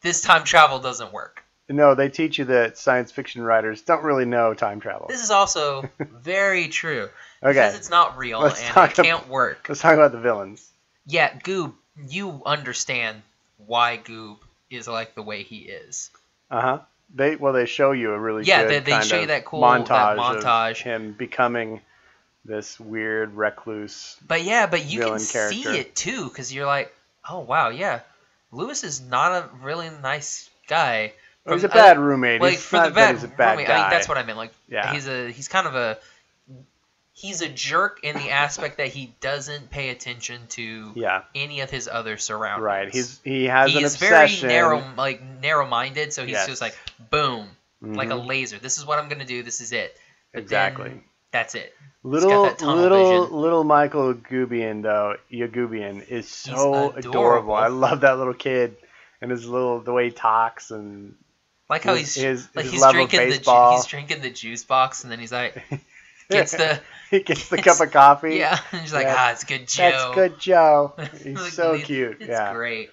S2: this time travel doesn't work.
S1: No, they teach you that science fiction writers don't really know time travel.
S2: This is also very true. Because
S1: Okay,
S2: it's not real
S1: Let's
S2: and
S1: talk
S2: it
S1: ab-
S2: can't work.
S1: let's talk about the villains.
S2: Yeah, Goob, you understand why Goob is like the way he is.
S1: Uh huh. They well, they show you a really
S2: Yeah,
S1: good
S2: they- they
S1: kind
S2: show you
S1: of
S2: that cool- that
S1: montage,
S2: montage.
S1: of him becoming this weird recluse.
S2: But yeah, but you can
S1: Villain character.
S2: see it too because you're like, oh wow, yeah, Lewis is not a really nice guy.
S1: Well, he's a
S2: From-
S1: bad roommate.
S2: like
S1: he's
S2: for
S1: not
S2: the bad,
S1: that he's a bad
S2: I mean,
S1: guy.
S2: I think that's what I meant. Like,
S1: Yeah.
S2: he's a he's kind of a he's a jerk in the aspect that he doesn't pay attention to
S1: yeah,
S2: any of his other surroundings.
S1: right. He's he has
S2: he
S1: an
S2: is
S1: obsession.
S2: very narrow, like narrow-minded. So he's
S1: Yes.
S2: just like, boom, like a
S1: Mhm,
S2: laser. This is what I'm gonna do. This is it. But
S1: exactly.
S2: Then, that's it.
S1: little
S2: that tunnel
S1: little
S2: vision.
S1: little Michael Goobian though Yagubian is so
S2: He's
S1: adorable.
S2: adorable.
S1: I love that little kid and his little the way he talks and
S2: Like how
S1: His-
S2: he's
S1: his-
S2: like
S1: his
S2: he's
S1: love of
S2: drinking the ju-
S1: baseball.
S2: he's drinking the juice box and then he's like gets the
S1: he gets the cup of coffee.
S2: yeah and he's like
S1: Yeah.
S2: ah it's good Joe.
S1: That's good, Joe. He's
S2: Like,
S1: so
S2: it's-
S1: cute.
S2: It's
S1: yeah.
S2: great.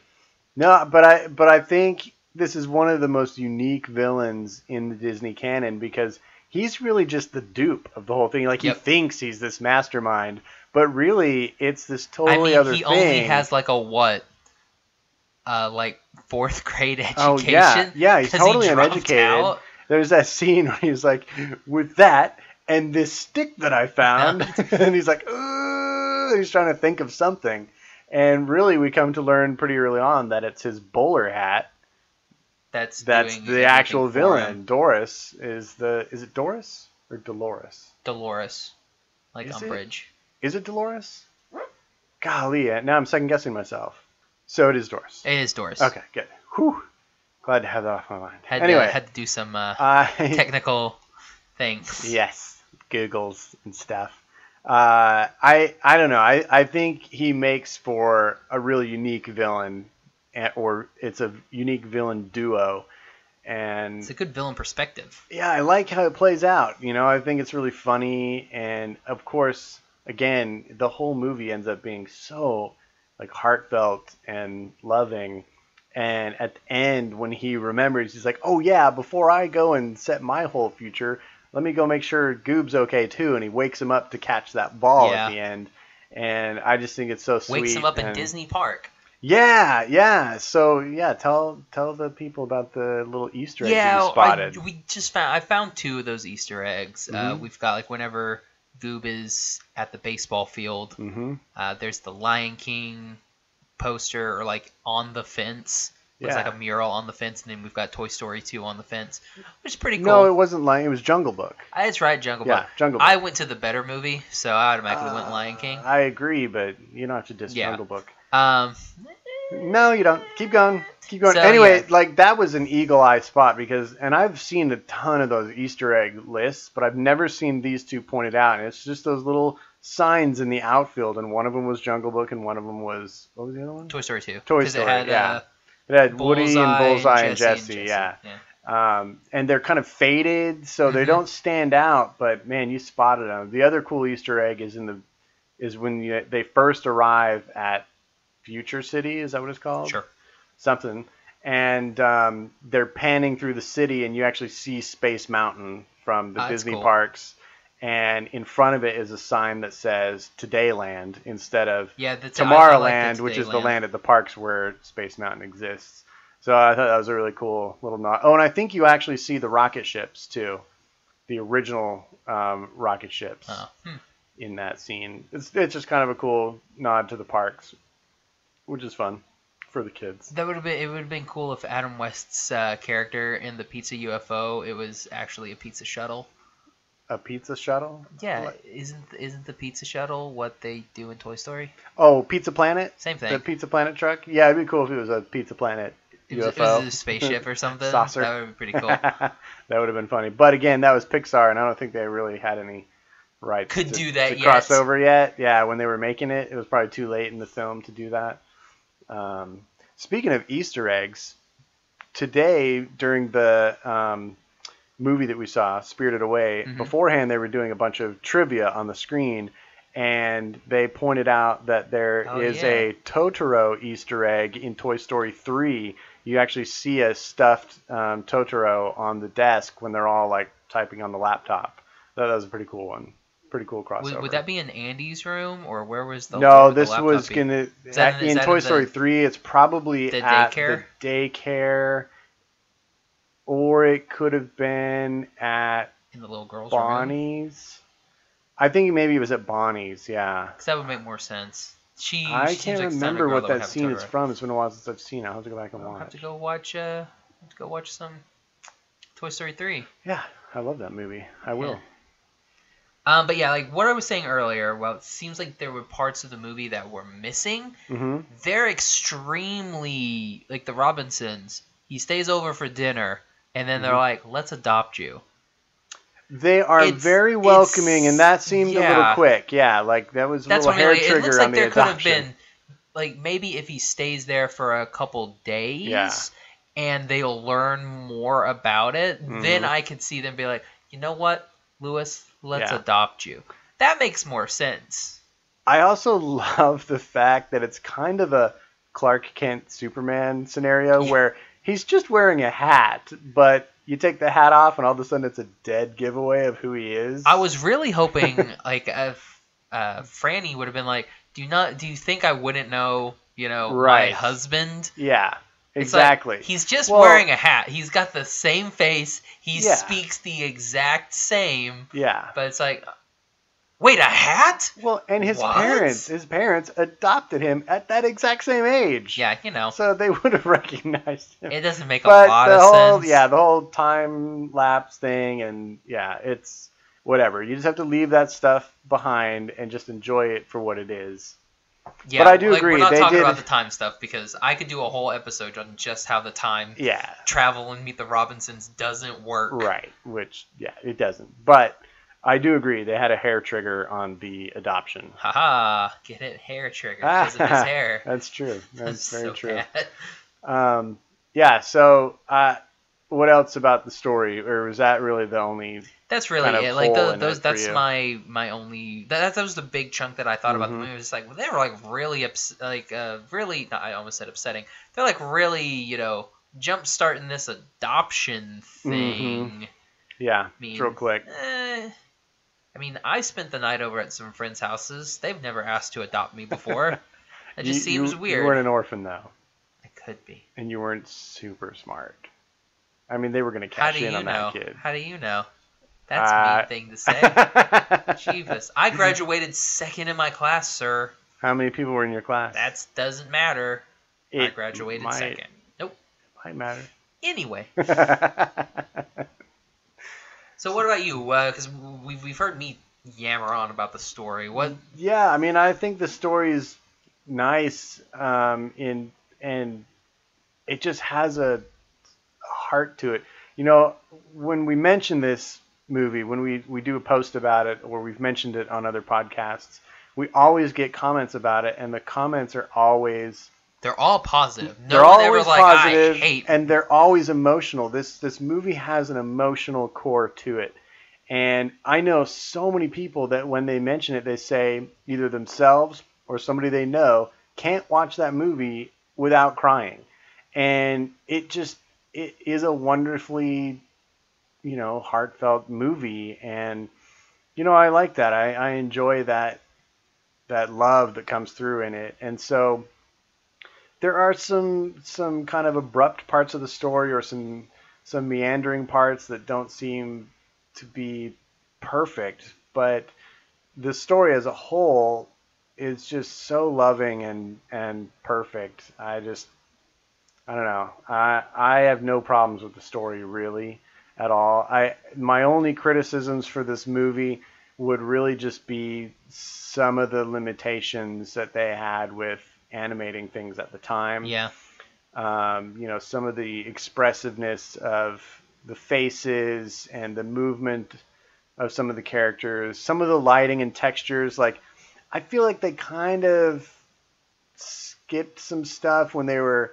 S1: No, but I but I think this is one of the most unique villains in the Disney canon because he's really just the dupe of the whole thing. Like
S2: Yep.
S1: he thinks he's this mastermind, but really it's this totally
S2: I mean,
S1: other
S2: he
S1: thing.
S2: only has like a what, uh, like fourth grade education.
S1: Oh, yeah. Yeah, he's
S2: 'Cause he
S1: totally
S2: dropped
S1: uneducated.
S2: out.
S1: There's that scene where he's like, with that and this stick that I found, and he's like, Ugh, he's trying to think of something. And really, we come to learn pretty early on that it's his bowler hat
S2: That's
S1: That's
S2: doing
S1: the
S2: everything
S1: actual
S2: for
S1: villain.
S2: him.
S1: Doris is the is it Doris or Dolores?
S2: Dolores, like
S1: Is it?
S2: Umbridge.
S1: Is it Dolores? Golly, eh, now I'm second guessing myself. So it is Doris.
S2: It is Doris.
S1: Okay, good. Whew. Glad to have that off my mind.
S2: Had
S1: anyway,
S2: to, had to do some uh,
S1: I
S2: technical things.
S1: yes, giggles and stuff. Uh, I I don't know. I, I think he makes for a really unique villain, eh, or it's a unique villain duo, and
S2: It's a good villain perspective.
S1: yeah, I like how it plays out. You know, I think it's really funny, and of course, again, the whole movie ends up being so like heartfelt and loving. And at the end, when he remembers, he's like, "Oh yeah, before I go and set my whole future, let me go make sure Goob's okay too." And he wakes him up to catch that ball
S2: Yeah.
S1: at the end. And I just think it's so sweet.
S2: Wakes him up in
S1: and-
S2: Disney Park.
S1: Yeah, yeah. So yeah, tell tell the people about the little Easter eggs
S2: yeah,
S1: you spotted. Mm-hmm.
S2: I, we just found. I found two of those Easter eggs. Uh, we've got like whenever Goob is at the baseball field,
S1: mm-hmm.
S2: uh, there's the Lion King poster or like on the fence. It's
S1: Yeah.
S2: like a mural on the fence, and then we've got Toy Story 2 on the fence, which is pretty cool.
S1: No, it wasn't Lion. It was Jungle Book.
S2: Uh, That's right, Jungle
S1: Yeah,
S2: Book.
S1: Jungle Book. Uh,
S2: I went to the better movie, so I automatically went Lion King.
S1: I agree, but you don't have to diss
S2: Yeah.
S1: Jungle Book.
S2: Um,
S1: No, you don't. Keep going. Keep going.
S2: So,
S1: anyway,
S2: yeah.
S1: like that was an eagle eye spot because, and I've seen a ton of those Easter egg lists, but I've never seen these two pointed out. And it's just those little signs in the outfield, and one of them was Jungle Book, and one of them was what was the other one?
S2: Toy Story 2.
S1: Toy
S2: 'cause
S1: Story,
S2: It had,
S1: yeah.
S2: uh,
S1: It had Woody and
S2: Bullseye
S1: Bullseye and Jesse. yeah.
S2: yeah.
S1: um, and they're kind of faded, so they
S2: Mhm.
S1: don't stand out. But man, you spotted them. The other cool Easter egg is in the is when you, they first arrive at Future City. Is that what it's called?
S2: Sure.
S1: Something. And um, they're panning through the city, and you actually see Space Mountain from the
S2: Ah, that's
S1: Disney
S2: cool.
S1: parks. And in front of it is a sign that says Todayland instead of
S2: Yeah, that's I- I like the
S1: Tomorrowland, which is the
S2: Today
S1: land at the parks where Space Mountain exists. So I thought that was a really cool little nod. Oh, and I think you actually see the rocket ships too, the original um, rocket ships
S2: Oh, hmm.
S1: in that scene. It's it's just kind of a cool nod to the parks, which is fun for the kids.
S2: That would have been it. Would have been cool if Adam West's uh, character in the pizza UFO it was actually a pizza shuttle.
S1: A pizza shuttle.
S2: Yeah,
S1: What?
S2: isn't isn't the pizza shuttle what they do in Toy Story?
S1: Oh, Pizza Planet.
S2: Same
S1: The
S2: thing.
S1: Pizza Planet truck. Yeah, it'd be cool if it was a Pizza Planet
S2: It was,
S1: UFO.
S2: it was a spaceship or something.
S1: Saucer.
S2: That would be pretty cool.
S1: that would have been funny. But again, that was Pixar, and I don't think they really had any rights
S2: Could
S1: to,
S2: do that
S1: to
S2: yet.
S1: cross over yet. Yeah, when they were making it, it was probably too late in the film to do that. Um, speaking of Easter eggs, today during the um, movie that we saw, Spirited Away,
S2: Mhm.
S1: beforehand they were doing a bunch of trivia on the screen. And they pointed out that there is
S2: Oh, yeah.
S1: a Totoro Easter egg in Toy Story 3 you actually see a stuffed um, Totoro on the desk when they're all like typing on the laptop. That, that was a pretty cool one. Pretty cool crossover.
S2: Would, would that be in Andy's room or where was the? where
S1: no,
S2: would the
S1: this
S2: laptop
S1: was
S2: be?
S1: gonna
S2: Is that in- is
S1: in
S2: that
S1: Toy
S2: in the-
S1: Story three. It's probably
S2: The
S1: at
S2: daycare?
S1: the daycare, or it could have been at
S2: in the little girl's room.
S1: Bonnie's. I think maybe it was at Bonnie's. Yeah,
S2: Because that would make more sense. She.
S1: I
S2: she
S1: can't
S2: seems like the kind of
S1: remember
S2: girl
S1: what
S2: would
S1: that
S2: have a
S1: scene is
S2: Totoro.
S1: from. It's been a while since I've seen it. I'll have to go back and
S2: I'll have
S1: watch.
S2: to go watch. Uh, have to go watch some Toy Story three.
S1: Yeah, I love that movie. I will.
S2: Um, but yeah, like what I was saying earlier, while it seems like there were parts of the movie that were missing,
S1: hmm
S2: they're extremely like the Robinsons. He stays over for dinner, and then they're like, "Let's adopt you."
S1: They are
S2: It's-
S1: very
S2: it's-
S1: welcoming, and that seemed a little
S2: yeah.
S1: quick. Yeah, like that was a
S2: That's
S1: little
S2: what I
S1: hair
S2: mean. Like, it
S1: trigger
S2: looks
S1: on
S2: like
S1: the
S2: there could have
S1: adoption.
S2: been, like maybe if he stays there for a couple days,
S1: Yeah.
S2: and they'll learn more about it,
S1: Mm-hmm.
S2: then I could see them be like, "You know what, Lewis? Let's
S1: Yeah.
S2: adopt you." That makes more sense.
S1: I also love the fact that it's kind of a Clark Kent Superman scenario
S2: Yeah.
S1: where he's just wearing a hat, but you take the hat off, and all of a sudden it's a dead giveaway of who he is.
S2: I was really hoping like if uh, Franny would have been like, "Do you not? Do you think I wouldn't know? You know,
S1: Right.
S2: my husband."
S1: yeah,
S2: It's like,
S1: exactly.
S2: he's just
S1: Well-
S2: wearing a hat. He's got the same face. He
S1: Yeah.
S2: speaks the exact same.
S1: yeah.
S2: But it's like, wait, a hat?
S1: Well, and his
S2: What?
S1: parents, his parents adopted him at that exact same age.
S2: Yeah, you know,
S1: So they would have recognized him.
S2: it doesn't make a
S1: but
S2: lot
S1: the
S2: of
S1: whole
S2: sense.
S1: yeah the whole time lapse thing and yeah it's whatever you just have to leave that stuff behind and just enjoy it for what it is
S2: Yeah,
S1: but I do
S2: like,
S1: agree,
S2: We're not
S1: they
S2: talking
S1: did-
S2: about the time stuff because I could do a whole episode on just how the time
S1: yeah
S2: travel and meet the Robinsons doesn't work.
S1: right which yeah it doesn't but i do agree they had a hair trigger on the adoption
S2: Haha, get it? Hair trigger because of his hair.
S1: that's true Ah, that's very
S2: so
S1: true
S2: bad.
S1: um yeah so uh what else about the story or was that really the only
S2: That's really
S1: kind of
S2: it. Like
S1: hole
S2: tho-
S1: in it
S2: those.
S1: for
S2: That's
S1: you.
S2: my my only. That, that was the big chunk that I thought about the
S1: Mhm.
S2: movie. It was like well, they were like really ups- like uh, really. Not, I almost said upsetting. They're like really you know jump starting this adoption
S1: Mm-hmm.
S2: thing.
S1: yeah
S2: mean,
S1: it's real quick
S2: eh. I mean, I spent the night over at some friends' houses. They've never asked to adopt me before. That just
S1: You- you-
S2: seems weird.
S1: You weren't an orphan though,
S2: it could be.
S1: and you weren't super smart. I mean, they were gonna
S2: How
S1: cash
S2: do
S1: in
S2: you
S1: on
S2: know?
S1: that kid.
S2: How do you know? That's a
S1: Uh,
S2: mean thing to say. Jeebus. I graduated second in my class, sir.
S1: How many people were in your class?
S2: That doesn't matter. I
S1: It
S2: graduated
S1: might-
S2: second. Nope.
S1: Might matter.
S2: Anyway, so what about you? Because we've, we've heard me yammer on about the story. What?
S1: yeah, I mean, I think the story is nice, um, in and it just has a heart to it. You know, when we mention this movie, when we we do a post about it, or we've mentioned it on other podcasts, we always get comments about it, and the comments are always
S2: They're all positive. No
S1: they're
S2: one
S1: always
S2: ever like,
S1: positive,
S2: I hate.
S1: and they're always emotional. This this movie has an emotional core to it, and I know so many people that when they mention it, they say either themselves or somebody they know can't watch that movie without crying, and it just it is a wonderfully, you know, heartfelt movie, and you know I like that. I, I enjoy that that love that comes through in it, and so there are some some kind of abrupt parts of the story or some some meandering parts that don't seem to be perfect but the story as a whole is just so loving and and perfect i just i don't know i i have no problems with the story really at all i my only criticisms for this movie would really just be some of the limitations that they had with animating things at the time
S2: Yeah.
S1: um, you know, some of the expressiveness of the faces and the movement of some of the characters, some of the lighting and textures. Like, I feel like they kind of skipped some stuff when they were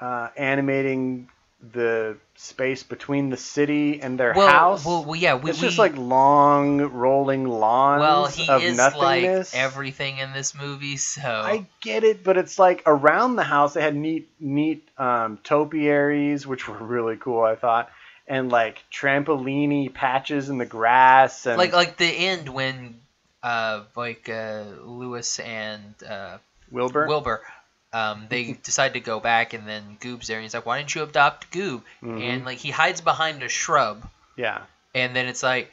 S1: uh, animating the space between the city and their
S2: Well,
S1: house.
S2: well, well, yeah. We,
S1: it's
S2: we,
S1: just like long rolling lawns
S2: well, he
S1: of
S2: is like
S1: nothingness.
S2: everything in this movie. So
S1: I get it, but it's like around the house they had neat, neat um, topiaries, which were really cool, I thought, and like trampolini patches in the grass, and
S2: like like the end when uh like uh Lewis and uh
S1: Wilbur.
S2: Wilbur um they decide to go back and then Goob's there and he's like why didn't you adopt Goob
S1: Mhm.
S2: and like he hides behind a shrub
S1: yeah,
S2: and then it's like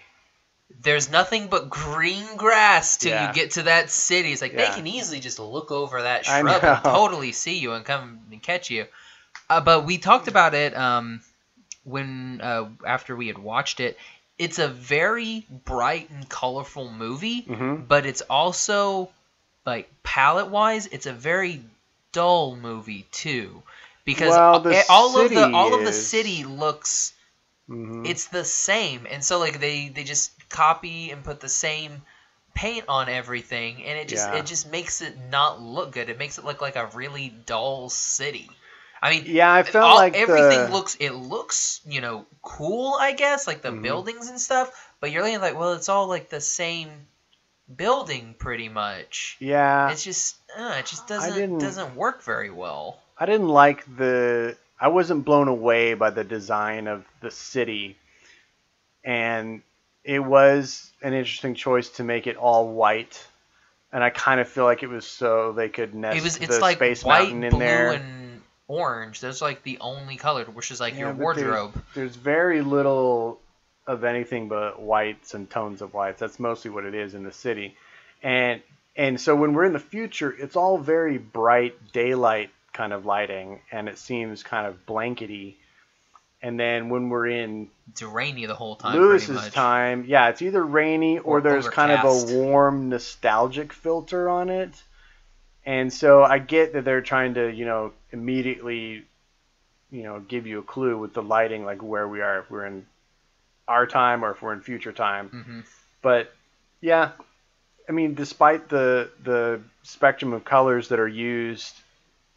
S2: there's nothing but green grass till
S1: Yeah.
S2: you get to that city it's like
S1: Yeah.
S2: they can easily just look over that
S1: I
S2: shrub and
S1: know.
S2: totally see you and come and catch you uh, but we talked about it um when uh, after we had watched it it's a very bright and colorful movie
S1: Mhm.
S2: but it's also like palette wise it's a very dull movie too because
S1: Well, the
S2: all of the
S1: city
S2: all of the
S1: is-
S2: city looks
S1: hmm
S2: it's the same and so like they they just copy and put the same paint on everything and it just
S1: Yeah.
S2: it just makes it not look good it makes it look like a really dull city i mean
S1: yeah. I felt
S2: all,
S1: like
S2: everything
S1: the,
S2: looks it looks you know cool i guess like the
S1: Mhm.
S2: buildings and stuff but you're looking at, like well it's all like the same building pretty much
S1: yeah.
S2: it's just uh, it just doesn't
S1: didn't-
S2: doesn't work very well
S1: I didn't like the. I wasn't blown away by the design of the city, and it was an interesting choice to make it all white. And I kind of feel like it was so they could nest
S2: it was it's
S1: the
S2: like
S1: space
S2: white
S1: mountain in
S2: blue
S1: there.
S2: and orange those are like the only colored which is like
S1: Yeah,
S2: your
S1: but there's-
S2: wardrobe
S1: There's very little of anything but whites and tones of whites. That's mostly what it is in the city. And and so when we're in the future, it's all very bright daylight kind of lighting and it seems kind of blankety. And then when we're in
S2: Durania the whole time
S1: Lewis's
S2: pretty much
S1: time, yeah, it's either rainy or,
S2: Or
S1: there's kind of a
S2: overcast.
S1: warm nostalgic filter on it. And so I get that they're trying to, you know, immediately, you know, give you a clue with the lighting, like where we are, if we're in our time or if we're in future time.
S2: Mhm.
S1: But yeah, I mean, despite the the spectrum of colors that are used,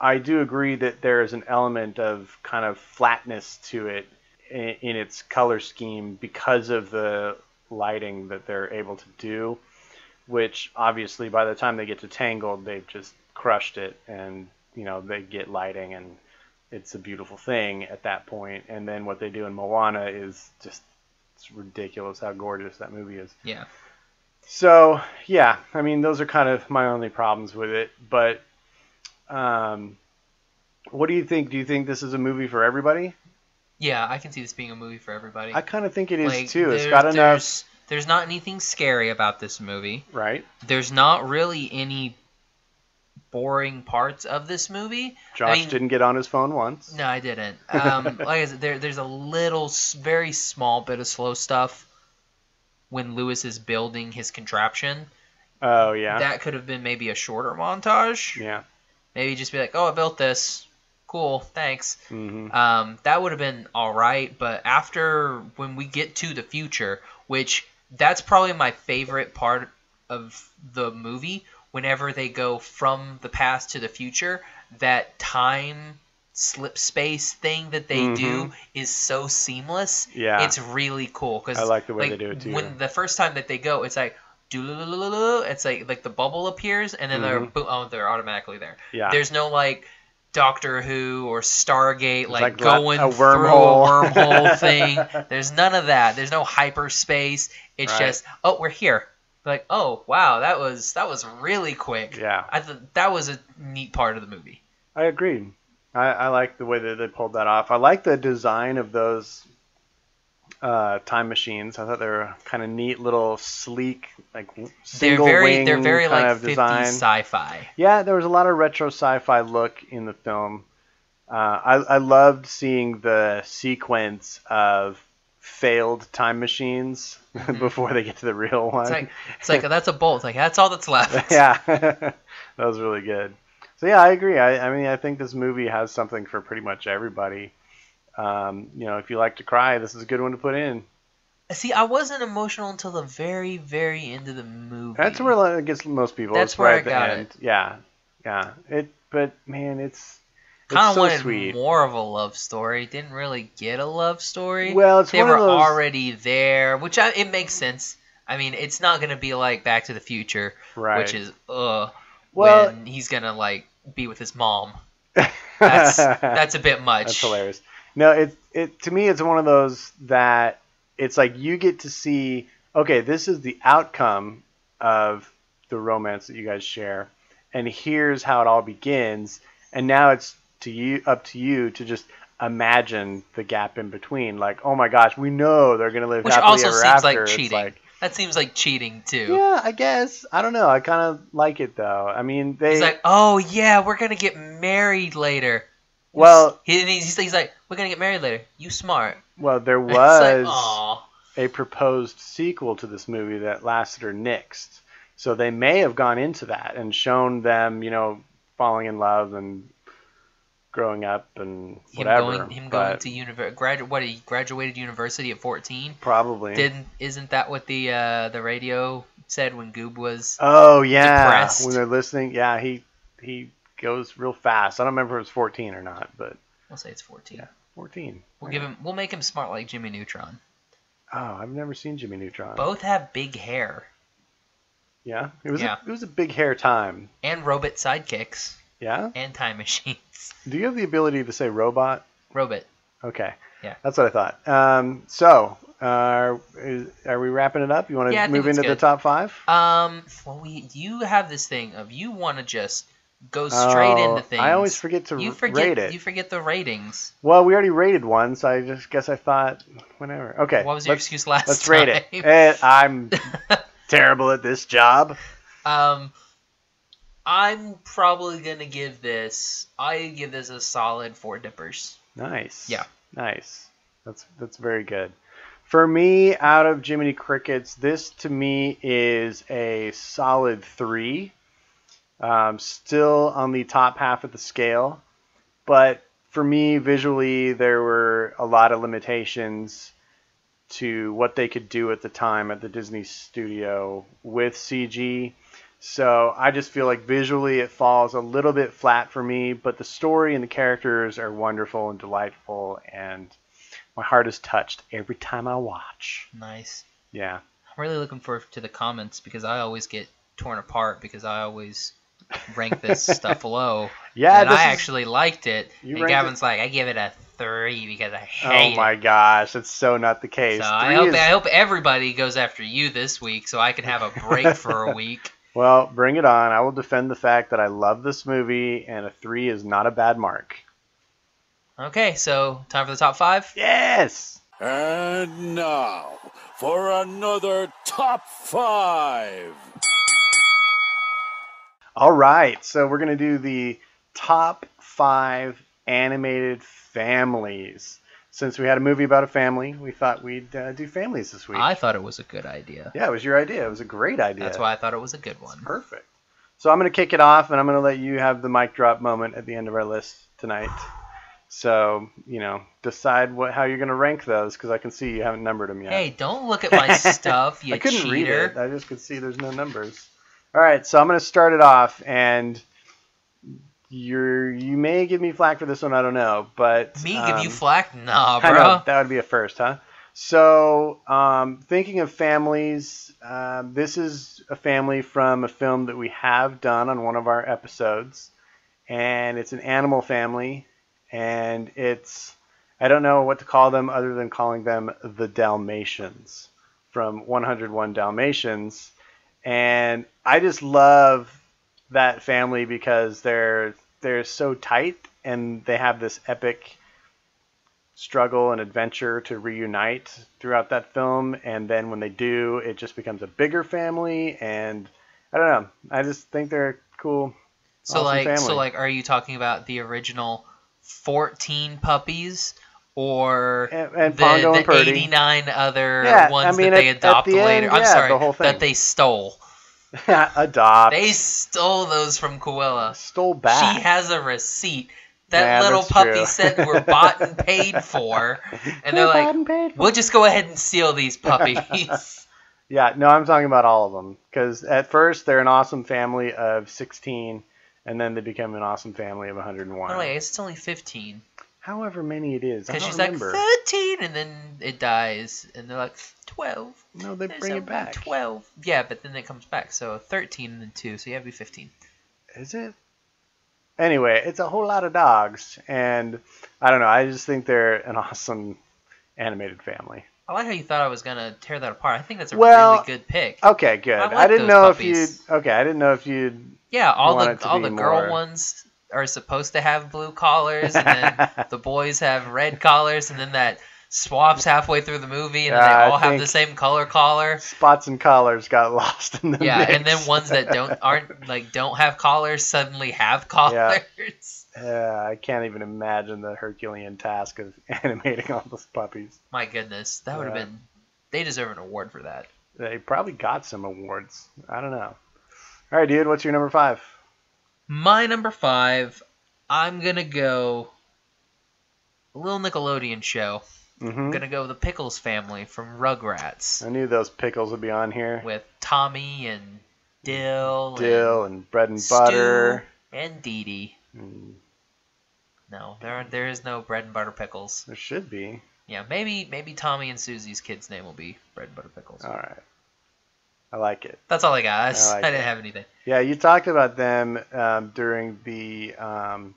S1: I do agree that there is an element of kind of flatness to it in, in its color scheme because of the lighting that they're able to do. Which obviously, by the time they get to Tangled, they've just crushed it, and you know they get lighting, and it's a beautiful thing at that point. And then what they do in Moana is just it's ridiculous how gorgeous that movie is.
S2: yeah
S1: So yeah, I mean those are kind of my only problems with it, but Um, what do you think? Do you think this is a movie for everybody?
S2: Yeah, I can see this being a movie for everybody.
S1: I kind of think it is
S2: Like,
S1: too. It's
S2: there-
S1: got enough,
S2: There's, there's not anything scary about this movie.
S1: right?
S2: There's not really any boring parts of this movie.
S1: Josh
S2: mean-
S1: didn't get on his phone once.
S2: No, I didn't. Um, like I said, there, there's a little, s- very small bit of slow stuff when Lewis is building his contraption.
S1: Oh yeah,
S2: That could have been maybe a shorter montage.
S1: yeah.
S2: Maybe just be like, "Oh, I built this. Cool, thanks."
S1: hmm
S2: Um, that would have been all right. But after when we get to the future, which that's probably my favorite part of the movie, whenever they go from the past to the future, that time slip space thing that they do is so seamless.
S1: Mm-hmm. Yeah.
S2: it's really cool because
S1: I like the way they do it, too.
S2: When the first time that they go, it's like. doo-loo-loo-loo-loo, It's like like the bubble appears and then
S1: Mm-hmm.
S2: they're boom, oh they're automatically there.
S1: Yeah.
S2: There's no like Doctor Who or Stargate, like,
S1: like la-
S2: going
S1: a
S2: through
S1: wormhole.
S2: a wormhole thing. There's none of that. There's no hyperspace. It's
S1: Right.
S2: just oh, we're here. Like oh wow, that was that was really quick.
S1: Yeah.
S2: I th- that was a neat part of the movie.
S1: I agree. I, I like the way that they pulled that off. I like the design of those uh, time machines. I thought they were kind of neat, little sleek, like single
S2: they're very
S1: wing
S2: they're very
S1: kind
S2: like
S1: of
S2: 50s
S1: design.
S2: sci-fi.
S1: Yeah, there was a lot of retro sci-fi look in the film. Uh, I, I loved seeing the sequence of failed time machines before they get to the real one.
S2: Mm-hmm. It's like it's like that's a bolt. It's like that's all that's left.
S1: yeah, that was really good. So yeah, I agree. I, I mean, I think this movie has something for pretty much everybody. Um, you know, if you like to cry, this is a good one to put in.
S2: See, I wasn't emotional until the very very end of the movie.
S1: That's where it gets most people.
S2: That's
S1: It's right
S2: where I
S1: at the
S2: got
S1: end. Yeah, yeah. It, but man, it's it's
S2: Kind of
S1: so
S2: wanted
S1: sweet.
S2: more of a love story. Didn't really get a love story.
S1: Well, it's
S2: they
S1: one
S2: were
S1: of those-
S2: already there, which I, it makes sense. I mean, it's not gonna be like Back to the Future,
S1: Right.
S2: which is uh,
S1: Well-
S2: when he's gonna like be with his mom. That's that's a bit much.
S1: That's hilarious. No, it it to me it's one of those that it's like you get to see okay, this is the outcome of the romance that you guys share and here's how it all begins and now it's to you up to you to just imagine the gap in between like oh my gosh, we know they're going to live
S2: Which
S1: happily
S2: also
S1: ever
S2: seems
S1: after.
S2: like
S1: It's
S2: cheating.
S1: like,
S2: That seems like cheating too.
S1: yeah, I guess. I don't know. I kind of like it though. I mean, they
S2: He's like, oh yeah, we're gonna get married later.
S1: well,
S2: He, he's, he's like, we're gonna get married later. You smart.
S1: well, there
S2: It's
S1: was
S2: like, aw.
S1: a proposed sequel to this movie that Lasseter nixed. So they may have gone into that and shown them, you know, falling in love and growing up and
S2: him
S1: whatever.
S2: going him going
S1: but
S2: to university gradu- what he graduated university at 14
S1: probably
S2: didn't isn't that what the uh, the radio said when goob was
S1: Oh yeah,
S2: depressed.
S1: when they're listening, yeah, he he goes real fast. I don't remember if it was 14 or not, but
S2: we'll say it's 14
S1: 14.
S2: we'll give him we'll make him smart like jimmy neutron
S1: Oh, I've never seen Jimmy Neutron.
S2: both have big hair
S1: Yeah, it was
S2: Yeah.
S1: A, it was a big hair time.
S2: and robot sidekicks
S1: Yeah.
S2: and time machines
S1: Do you have the ability to say robot?
S2: robot
S1: Okay.
S2: Yeah.
S1: That's what I thought. Um, so, uh, are, is, are we wrapping it up? You want to
S2: Yeah, I think
S1: move
S2: it's
S1: into the
S2: good.
S1: top five?
S2: um well we you have this thing of you want to just go straight
S1: Oh,
S2: into things
S1: I always forget to
S2: you
S1: r-
S2: forget
S1: rate it.
S2: you forget the ratings
S1: Well, we already rated one, so I just guess I thought whatever. Okay.
S2: what was your
S1: let's,
S2: excuse last
S1: Let's
S2: time?
S1: rate it. Eh, I'm terrible at this job.
S2: Um, I'm probably gonna give this. I give this a solid four dippers.
S1: Nice.
S2: Yeah.
S1: Nice. That's that's very good. For me, out of Jiminy Crickets, this to me is a solid three. Um, still on the top half of the scale, but for me, visually, there were a lot of limitations to what they could do at the time at the Disney studio with CG. So I just feel like visually it falls a little bit flat for me, but the story and the characters are wonderful and delightful, and my heart is touched every time I watch.
S2: Nice.
S1: Yeah.
S2: I'm really looking forward to the comments because I always get torn apart because I always rank this stuff low.
S1: Yeah,
S2: and
S1: this
S2: I
S1: is-
S2: actually liked it.
S1: You
S2: and
S1: ranked it-
S2: Gavin's like, I give it a three because I hate
S1: Oh my gosh, that's so not the
S2: it.
S1: case.
S2: So I
S1: Three
S2: hope
S1: is-
S2: I hope everybody goes after you this week so I can have a break for a week.
S1: Well, bring it on. I will defend the fact that I love this movie, and a three is not a bad mark.
S2: Okay, so time for the top five.
S1: Yes.
S3: And now for another top five.
S1: All right. So we're gonna do the top five animated families. Since we had a movie about a family, we thought we'd uh, do families this week.
S2: I thought it was a good idea.
S1: yeah, it was your idea. It was a great idea.
S2: That's why I thought it was a good one.
S1: Perfect. So I'm going to kick it off, and I'm going to let you have the mic drop moment at the end of our list tonight. So you know, decide what how you're going to rank those because I can see you haven't numbered them yet.
S2: Hey, don't look at my stuff, you
S1: I couldn't
S2: cheater.
S1: read it. I just could see there's no numbers. All right, so I'm going to start it off, and you're you may give me flack for this one. I don't know, but
S2: Me give you
S1: um,
S2: flack? Nah,
S1: I know,
S2: bro.
S1: that would be a first, huh? So, um, thinking of families, um, this is a family from a film that we have done on one of our episodes, and it's an animal family, and it's I don't know what to call them other than calling them the Dalmatians from 101 Dalmatians, and I just love that family because they're they're so tight and they have this epic struggle and adventure to reunite throughout that film and then when they do it just becomes a bigger family and i don't know i just think they're cool
S2: So
S1: awesome
S2: like, so
S1: family.
S2: like, are you talking about the original fourteen puppies, or
S1: And- and
S2: the,
S1: Pongo
S2: the
S1: and Purdy.
S2: eighty-nine other
S1: Yeah, I
S2: ones
S1: mean,
S2: that they
S1: at- at
S2: adopted
S1: the
S2: later?
S1: end,
S2: I'm
S1: yeah,
S2: sorry,
S1: the whole thing.
S2: that they stole.
S1: adopt
S2: They stole those from Cruella.
S1: stole back
S2: She has a receipt. That
S1: Yeah,
S2: little
S1: that's
S2: puppy
S1: true.
S2: said we're bought and paid for, and they're like, "We'll just go ahead and steal these puppies."
S1: Yeah, no, I'm talking about all of them. Because at first they're an awesome family of 16, and then they become an awesome family of 101.
S2: I'm like, it's only fifteen.
S1: However many it is, I
S2: Because
S1: don't
S2: she's
S1: remember.
S2: like 13, and then it dies, and they're like 12.
S1: no, they
S2: There's
S1: bring
S2: only
S1: it back.
S2: 12. Yeah, but then it comes back, so 13 and then 2, so you have to be 15.
S1: Is it? Anyway, it's a whole lot of dogs, and I don't know. I just think they're an awesome animated family.
S2: I like how you thought I was going to tear that apart. I think that's a
S1: Well,
S2: really good pick.
S1: Okay, good.
S2: I
S1: I,
S2: like
S1: didn't
S2: those
S1: know
S2: puppies.
S1: if you. Okay, I didn't know if you.
S2: yeah, all
S1: want it
S2: the
S1: to
S2: all
S1: be
S2: the girl
S1: more-
S2: ones are supposed to have blue collars, and then the boys have red collars, and then that swaps halfway through the movie, and then
S1: Yeah, I
S2: they all have the
S1: think-
S2: same color collar.
S1: Spots and collars got lost in the
S2: Yeah, and
S1: mix.
S2: then ones that don't aren't like don't have collars suddenly have collars.
S1: Uh, I can't even imagine the Herculean task of animating all those puppies.
S2: My goodness, that would have
S1: Yeah.
S2: been. They deserve an award for that.
S1: They probably got some awards. I don't know. All right, dude, what's your number five?
S2: My number five, I'm gonna go. A little Nickelodeon show.
S1: hmm
S2: I'm gonna go with the Pickles family from Rugrats
S1: I knew those pickles would be on here.
S2: with Tommy and Dill,
S1: Hmm. Dill and bread and
S2: and
S1: butter.
S2: Stu and Dee Dee.
S1: Mm,
S2: No, there are, there is no bread and butter pickles.
S1: There should be.
S2: Yeah, maybe maybe Tommy and Susie's kid's name will be bread and butter pickles.
S1: All right. I like it.
S2: That's all I got. I,
S1: Oh.
S2: just-
S1: I like
S2: I didn't
S1: it.
S2: have anything.
S1: Yeah, you talked about them um, during the um,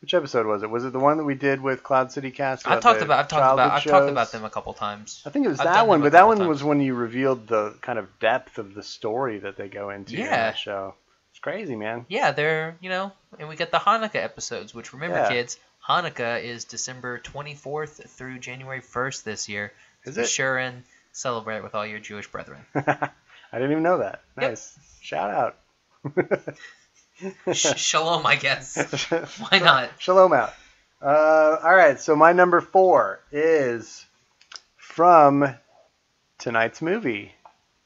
S1: which episode was it? Was it the one that we did with Cloud City Cast?
S2: I've talked
S1: the
S2: about I've talked about
S1: childhood
S2: I've talked
S1: shows?
S2: about them a couple times.
S1: I think it was
S2: I've done
S1: that one,
S2: them a
S1: but that
S2: couple
S1: one
S2: times.
S1: was when you revealed the kind of depth of the story that they go into in
S2: Yeah.
S1: that show. It's crazy, man.
S2: yeah, they're you know, and we got the Hanukkah episodes, which remember,
S1: Yeah.
S2: kids, Hanukkah is December twenty fourth through January first this year.
S1: Is
S2: Be
S1: it?
S2: Sure and celebrate with all your Jewish brethren.
S1: I didn't even know that.
S2: Yep.
S1: Nice. Shout out.
S2: Sh- shalom, I guess. Why not?
S1: Shalom out. Uh, all right, so my number four is from tonight's movie,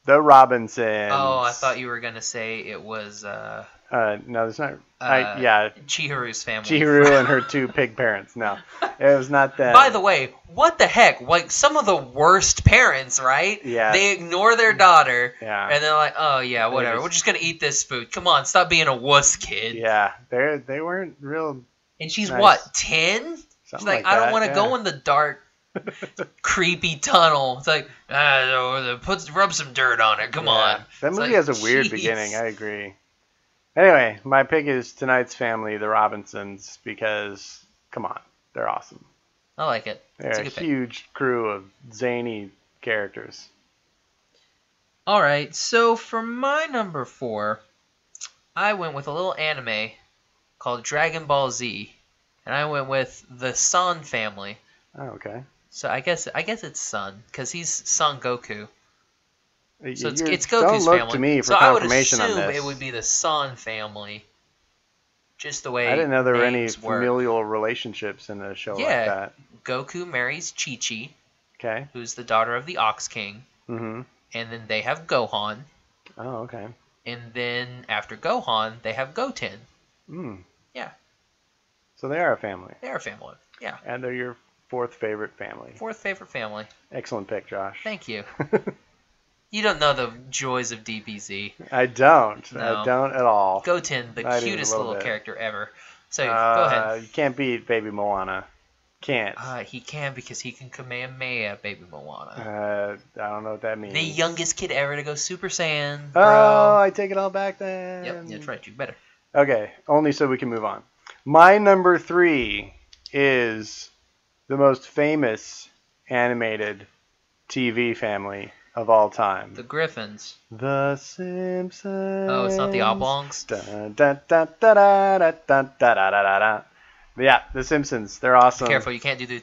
S1: The Robinsons.
S2: Oh, I thought you were gonna say it was uh,
S1: Uh, no, there's not.
S2: Uh,
S1: I, yeah,
S2: Chiharu's family.
S1: Jiru and her two pig parents. No, it was not that.
S2: By the way, what the heck? Like some of the worst parents, right?
S1: Yeah.
S2: They ignore their daughter,
S1: Yeah.
S2: and they're like, "Oh yeah, whatever.
S1: just-
S2: We're just gonna eat this food. Come on, stop being a wuss, kid."
S1: yeah, they they weren't real.
S2: And she's
S1: Nice.
S2: what ten? She's
S1: Something
S2: like,
S1: like,
S2: I don't
S1: that,
S2: want to
S1: yeah.
S2: go in the dark, creepy tunnel. It's like, ah, put rub some dirt on it. Come
S1: Yeah.
S2: on.
S1: That
S2: It's
S1: movie
S2: like,
S1: has a weird
S2: "Jeez."
S1: beginning. I agree. Anyway, my pick is tonight's family, the Robinsons, because come on, they're awesome.
S2: I like it.
S1: They're
S2: It's a
S1: a
S2: good pick.
S1: huge crew of zany characters.
S2: All right, so for my number four, I went with a little anime called Dragon Ball Z, and I went with the Son family.
S1: Oh, okay.
S2: So I guess I guess it's Son because he's Son Goku. So it's,
S1: You're-
S2: it's
S1: don't
S2: Goku's
S1: look
S2: family.
S1: to me for
S2: so
S1: confirmation
S2: I would
S1: on
S2: assume
S1: this.
S2: it would be the Son family. Just the way
S1: I didn't know there were any
S2: names work.
S1: familial relationships in a show
S2: Yeah.
S1: like that.
S2: Goku marries Chi Chi,
S1: Okay.
S2: who's the daughter of the Ox King,
S1: hmm
S2: and then they have Gohan,
S1: Oh, okay.
S2: and then after Gohan, they have Goten.
S1: Mm.
S2: Yeah.
S1: So they are a family,
S2: They're a family. Yeah.
S1: and they're your fourth favorite family.
S2: Fourth favorite family.
S1: Excellent pick, Josh.
S2: Thank you. you don't know the joys of DBZ.
S1: I don't. I
S2: No.
S1: don't at all.
S2: Goten, the
S1: Not even a
S2: cutest
S1: little
S2: little
S1: bit.
S2: character ever. So go
S1: Uh,
S2: ahead.
S1: You can't beat Baby Moana. Can't.
S2: Uh, he can because he can command Maya, baby Moana.
S1: Uh, I don't know what that means.
S2: the youngest kid ever to go Super Saiyan,
S1: Oh,
S2: bro.
S1: I take it all back then.
S2: yep, that's right. You better.
S1: Okay, only so we can move on. My number three is the most famous animated TV family of all time.
S2: The Griffins.
S1: The Simpsons.
S2: Oh, it's not the Oblongs.
S1: Dun, dun, dun, dun, dun, dun, dun, dun, dun, dun, dun, dun. Yeah, The Simpsons. They're awesome.
S2: Careful, you can't do the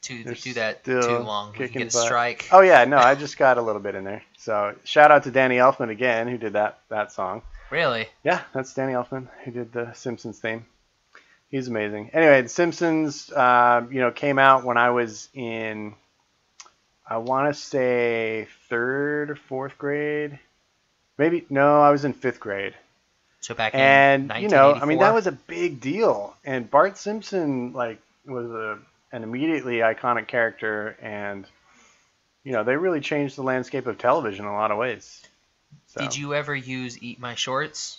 S2: to
S1: They're
S2: do that too
S1: still
S2: long. You
S1: kicking
S2: get a
S1: butt.
S2: strike.
S1: Oh yeah, no, I just got a little bit in there. So shout out to Danny Elfman again, who did that that song.
S2: Really?
S1: Yeah, that's Danny Elfman who did the Simpsons theme. He's amazing. Anyway, The Simpsons, uh, you know, came out when I was in, I want to say third or fourth grade, maybe no, I was in fifth grade.
S2: So back in
S1: And you know, I mean,
S2: 1984?
S1: that was a big deal. And Bart Simpson like was a an immediately iconic character, and you know, they really changed the landscape of television in a lot of ways. So.
S2: Did you ever use "Eat My Shorts"?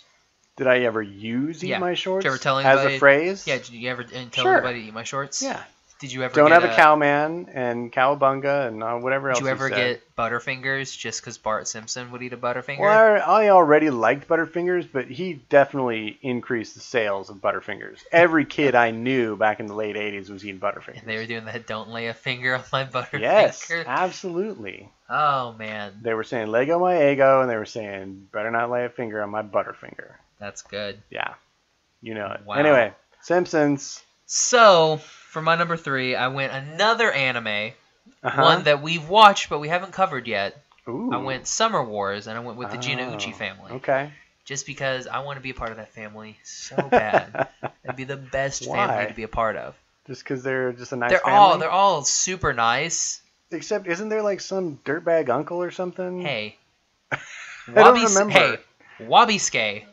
S1: Did I ever use eat
S2: Yeah.
S1: my shorts
S2: Did you ever tell
S1: as
S2: anybody-
S1: a phrase?
S2: Yeah, did you ever and tell
S1: Sure.
S2: everybody to eat my shorts?
S1: Yeah.
S2: Did you ever
S1: Don't
S2: get
S1: have a cowman and cowabunga and uh, whatever else.
S2: Did you ever
S1: said.
S2: get Butterfingers just because Bart Simpson would eat a Butterfinger?
S1: Well, I, I already liked Butterfingers, but he definitely increased the sales of Butterfingers. Every kid I knew back in the late '80s was eating Butterfingers.
S2: And they were doing that "Don't lay a finger on my Butterfinger."
S1: yes, absolutely.
S2: Oh man,
S1: They were saying Lego my ego, and they were saying better not lay a finger on my Butterfinger.
S2: that's good.
S1: Yeah, you know it.
S2: Wow.
S1: Anyway, Simpsons.
S2: So for my number three, I went another anime,
S1: Uh-huh.
S2: one that we've watched but we haven't covered yet.
S1: Ooh.
S2: I went Summer Wars, and I went with the
S1: Oh,
S2: Jinauchi family.
S1: Okay.
S2: just because I want to be a part of that family so bad. It'd be the best
S1: Why?
S2: family to be a part of.
S1: Just because they're just a nice
S2: they're
S1: family.
S2: all they're all super nice.
S1: Except, isn't there like some dirtbag uncle or something?
S2: Hey,
S1: Hmm. don't
S2: Wabis-
S1: remember.
S2: Hey, Wabiske.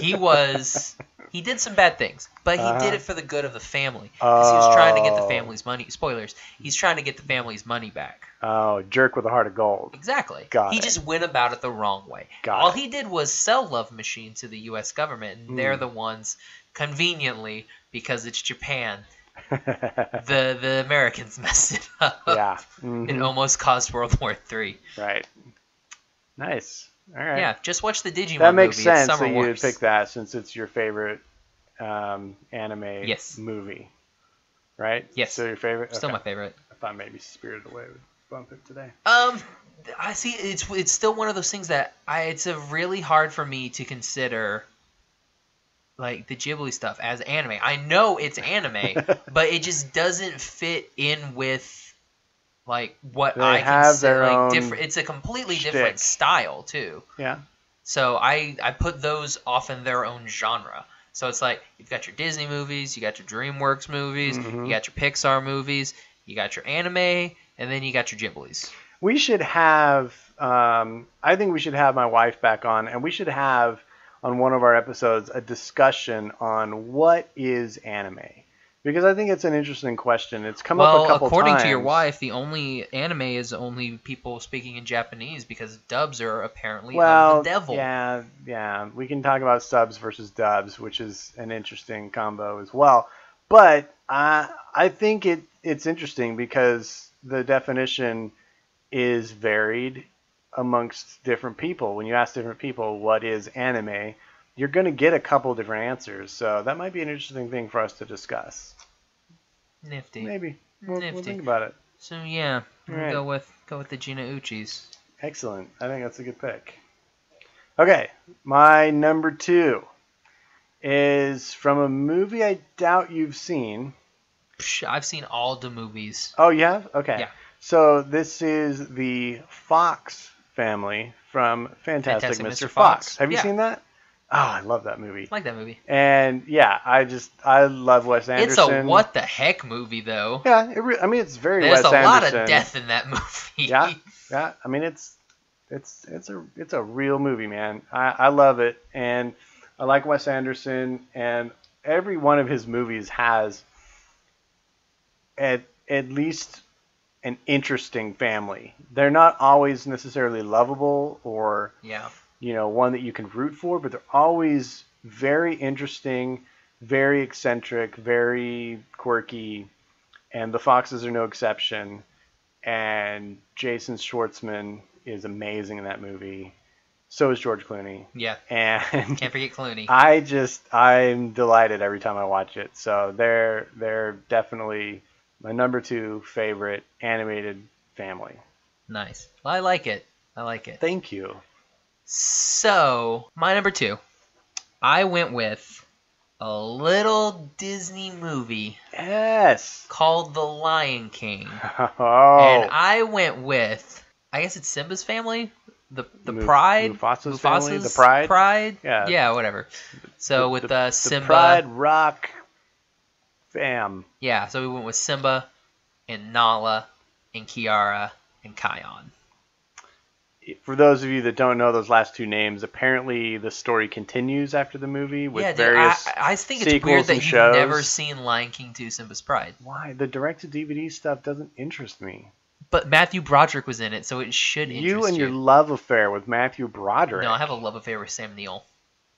S2: He was he did some bad things, but he
S1: Uh-huh.
S2: did it for the good of the family because he was trying to get the
S1: Oh.
S2: family's money. Spoilers. He's trying to get the family's money back.
S1: Oh, jerk with a heart of gold.
S2: Exactly.
S1: Got
S2: he
S1: it.
S2: just went about it the wrong way.
S1: Got
S2: All
S1: it.
S2: he did was sell Love Machine to the U.S. government, and
S1: Hmm.
S2: they're the ones, conveniently, because it's Japan, the the Americans messed it up.
S1: Uh-huh. yeah. mhm,
S2: It almost caused World War Three.
S1: Right. Nice. All right.
S2: Yeah, just watch the Digimon
S1: That makes
S2: movie.
S1: sense
S2: it's Summer
S1: that you would
S2: Wars.
S1: pick that since it's your favorite um, anime
S2: Yes.
S1: movie. Right?
S2: Yes.
S1: Still your favorite?
S2: Still
S1: Okay.
S2: my favorite.
S1: I thought maybe Spirited Away would bump it today.
S2: Um, I see. It's it's still one of those things that I. It's a really hard for me to consider, like the Ghibli stuff as anime. I know it's anime, but it just doesn't fit in with, like what
S1: They
S2: I
S1: have
S2: consider
S1: their
S2: like
S1: own
S2: different. It's a completely different
S1: shtick.
S2: style too.
S1: Yeah.
S2: So I I put those off in their own genre. So it's like you've got your Disney movies, you got your DreamWorks movies,
S1: Mhm.
S2: you got your Pixar movies, you got your anime, and then you got your Ghibli's.
S1: We should have. Um, I think we should have my wife back on, and we should have on one of our episodes a discussion on what is anime, because I think it's an interesting question. It's come
S2: well,
S1: up a couple
S2: according to your
S1: times.
S2: wife, the only anime is only people speaking in Japanese because dubs are apparently
S1: Well,
S2: of the devil.
S1: yeah, yeah. We can talk about subs versus dubs, which is an interesting combo as well. But I, I think it it's interesting because the definition is varied amongst different people. When you ask different people what is anime, you're going to get a couple different answers. So that might be an interesting thing for us to discuss.
S2: Nifty.
S1: Maybe we'll, we'll
S2: Nifty.
S1: think about it.
S2: So yeah, I'm gonna
S1: Right.
S2: go with go with the Gina Uchis.
S1: Excellent. I think that's a good pick. Okay, my number two is from a movie I doubt you've seen.
S2: Psh, I've seen all the movies.
S1: Oh, you have? Okay.
S2: Yeah.
S1: So this is the Fox family from Fantastic,
S2: Fantastic
S1: Mr. Fox.
S2: Mr. Fox.
S1: Have you
S2: Yeah.
S1: seen that? Oh, I love that movie.
S2: I like that movie.
S1: And yeah, I just I love Wes Anderson.
S2: It's a what the heck movie though.
S1: Yeah, it re- I mean it's very
S2: There's
S1: Wes
S2: a lot
S1: Anderson.
S2: of death in that movie.
S1: Yeah, yeah. I mean it's it's it's a it's a real movie, man. I, I love it, and I like Wes Anderson, and every one of his movies has at at least an interesting family. They're not always necessarily lovable or
S2: yeah.
S1: you know, one that you can root for, but they're always very interesting, very eccentric, very quirky, and the Foxes are no exception. And Jason Schwartzman is amazing in that movie. So is George Clooney.
S2: Yeah.
S1: And
S2: Can't forget Clooney.
S1: I just I'm delighted every time I watch it. So they're they're definitely my number two favorite animated family.
S2: nice. Well, I like it. I like it.
S1: Thank you.
S2: So, my number two, I went with a little Disney movie
S1: Yes.
S2: called The Lion King.
S1: Oh.
S2: And I went with, I guess it's Simba's family? The, the
S1: Mu-
S2: Pride?
S1: Mufasa's family? The
S2: Mufasa's
S1: Pride?
S2: Pride?
S1: Yeah.
S2: Yeah, whatever. So, with uh, Simba.
S1: The Pride Rock fam.
S2: Yeah, so we went with Simba and Nala and Kiara and Kion.
S1: For those of you that don't know those last two names, apparently the story continues after the movie with
S2: yeah, dude,
S1: various.
S2: I, I think it's
S1: sequels
S2: weird that
S1: and
S2: you've
S1: shows.
S2: never seen Lion King 2 Simba's Pride.
S1: Why the direct to DVD stuff doesn't interest me?
S2: But Matthew Broderick was in it, so it should interest
S1: You and your love affair with Matthew Broderick.
S2: No, I have a love affair with Sam Neill,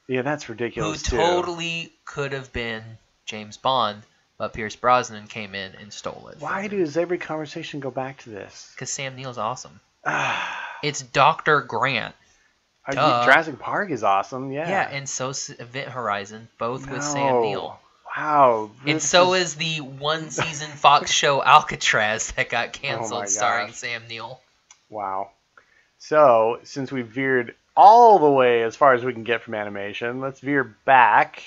S1: yeah, that's
S2: who
S1: ridiculous too.
S2: totally could have been James Bond, but Pierce Brosnan came in and stole it.
S1: Why does every conversation go back to this?
S2: Because Sam Neill's awesome.
S1: Ah,
S2: It's Doctor Grant.
S1: I mean,
S2: Duh.
S1: Jurassic Park is awesome. Yeah.
S2: Yeah. and so is Event Horizon, both with
S1: No.
S2: Sam Neill.
S1: Wow.
S2: And
S1: this
S2: so is the one season Fox show Alcatraz that got canceled,
S1: Oh gosh.
S2: starring Sam Neill.
S1: Wow. So, since we veered all the way as far as we can get from animation, let's veer back.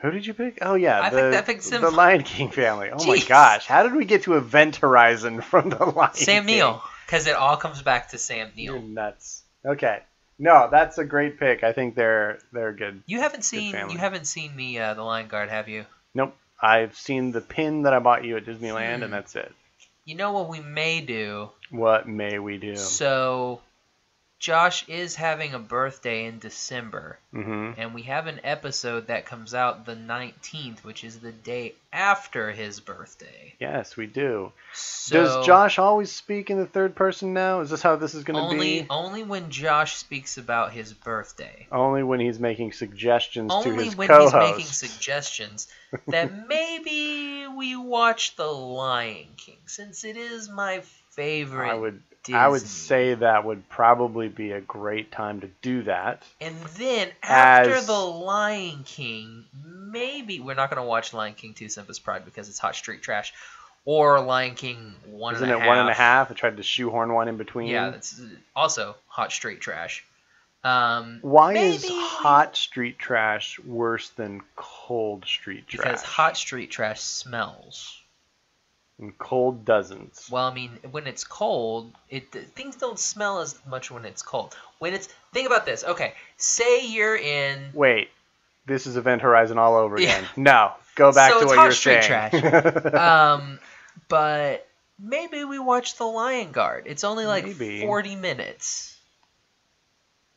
S1: Who did you pick? Oh yeah,
S2: I
S1: the,
S2: picked- I picked Simba.
S1: the Lion King family. Oh my
S2: Jeez.
S1: gosh, how did we get to Event Horizon from the Lion
S2: Sam
S1: King?
S2: Neill, because it all comes back to Sam
S1: You're
S2: Neill.
S1: nuts. Okay, no, that's a great pick. I think they're they're good.
S2: You haven't seen
S1: family.
S2: you haven't seen the uh, the Lion Guard, have you?
S1: Nope, I've seen the pin that I bought you at Disneyland,
S2: Hmm.
S1: and that's it.
S2: You know what we may do
S1: What may we do?
S2: So, Josh is having a birthday in December,
S1: mm-hmm.
S2: and we have an episode that comes out the 19th, which is the day after his birthday.
S1: Yes, we do.
S2: So,
S1: Does Josh always speak in the third person now? Is this how this is going to be?
S2: only only when Josh speaks about his birthday,
S1: Only when he's making suggestions to
S2: only
S1: his
S2: when
S1: co-host.
S2: he's making suggestions that maybe we watch The Lion King, since it is my favorite.
S1: I would, I would
S2: Disney.
S1: say that would probably be a great time to do that.
S2: And then after
S1: As-
S2: the Lion King, maybe we're not gonna watch Lion King Two: Simba's Pride because it's hot street trash, or Lion King One
S1: Isn't
S2: and a
S1: it
S2: Half.
S1: one and a half? Mm-hmm. I tried to shoehorn one in between.
S2: Yeah, that's also hot street trash. Um,
S1: Why is
S2: maybe we-
S1: hot street trash worse than cold street trash?
S2: Because hot street trash smells.
S1: and cold doesn't.
S2: Well, I mean, when it's cold, it things don't smell as much when it's cold. When it's think about this. Okay, say you're in
S1: Wait, this is Event Horizon all over
S2: Yeah.
S1: again. No, go back
S2: So
S1: to
S2: it's
S1: what
S2: hot
S1: you're
S2: street
S1: saying.
S2: um, but maybe we watch The Lion Guard. It's only like
S1: Maybe.
S2: 40 minutes.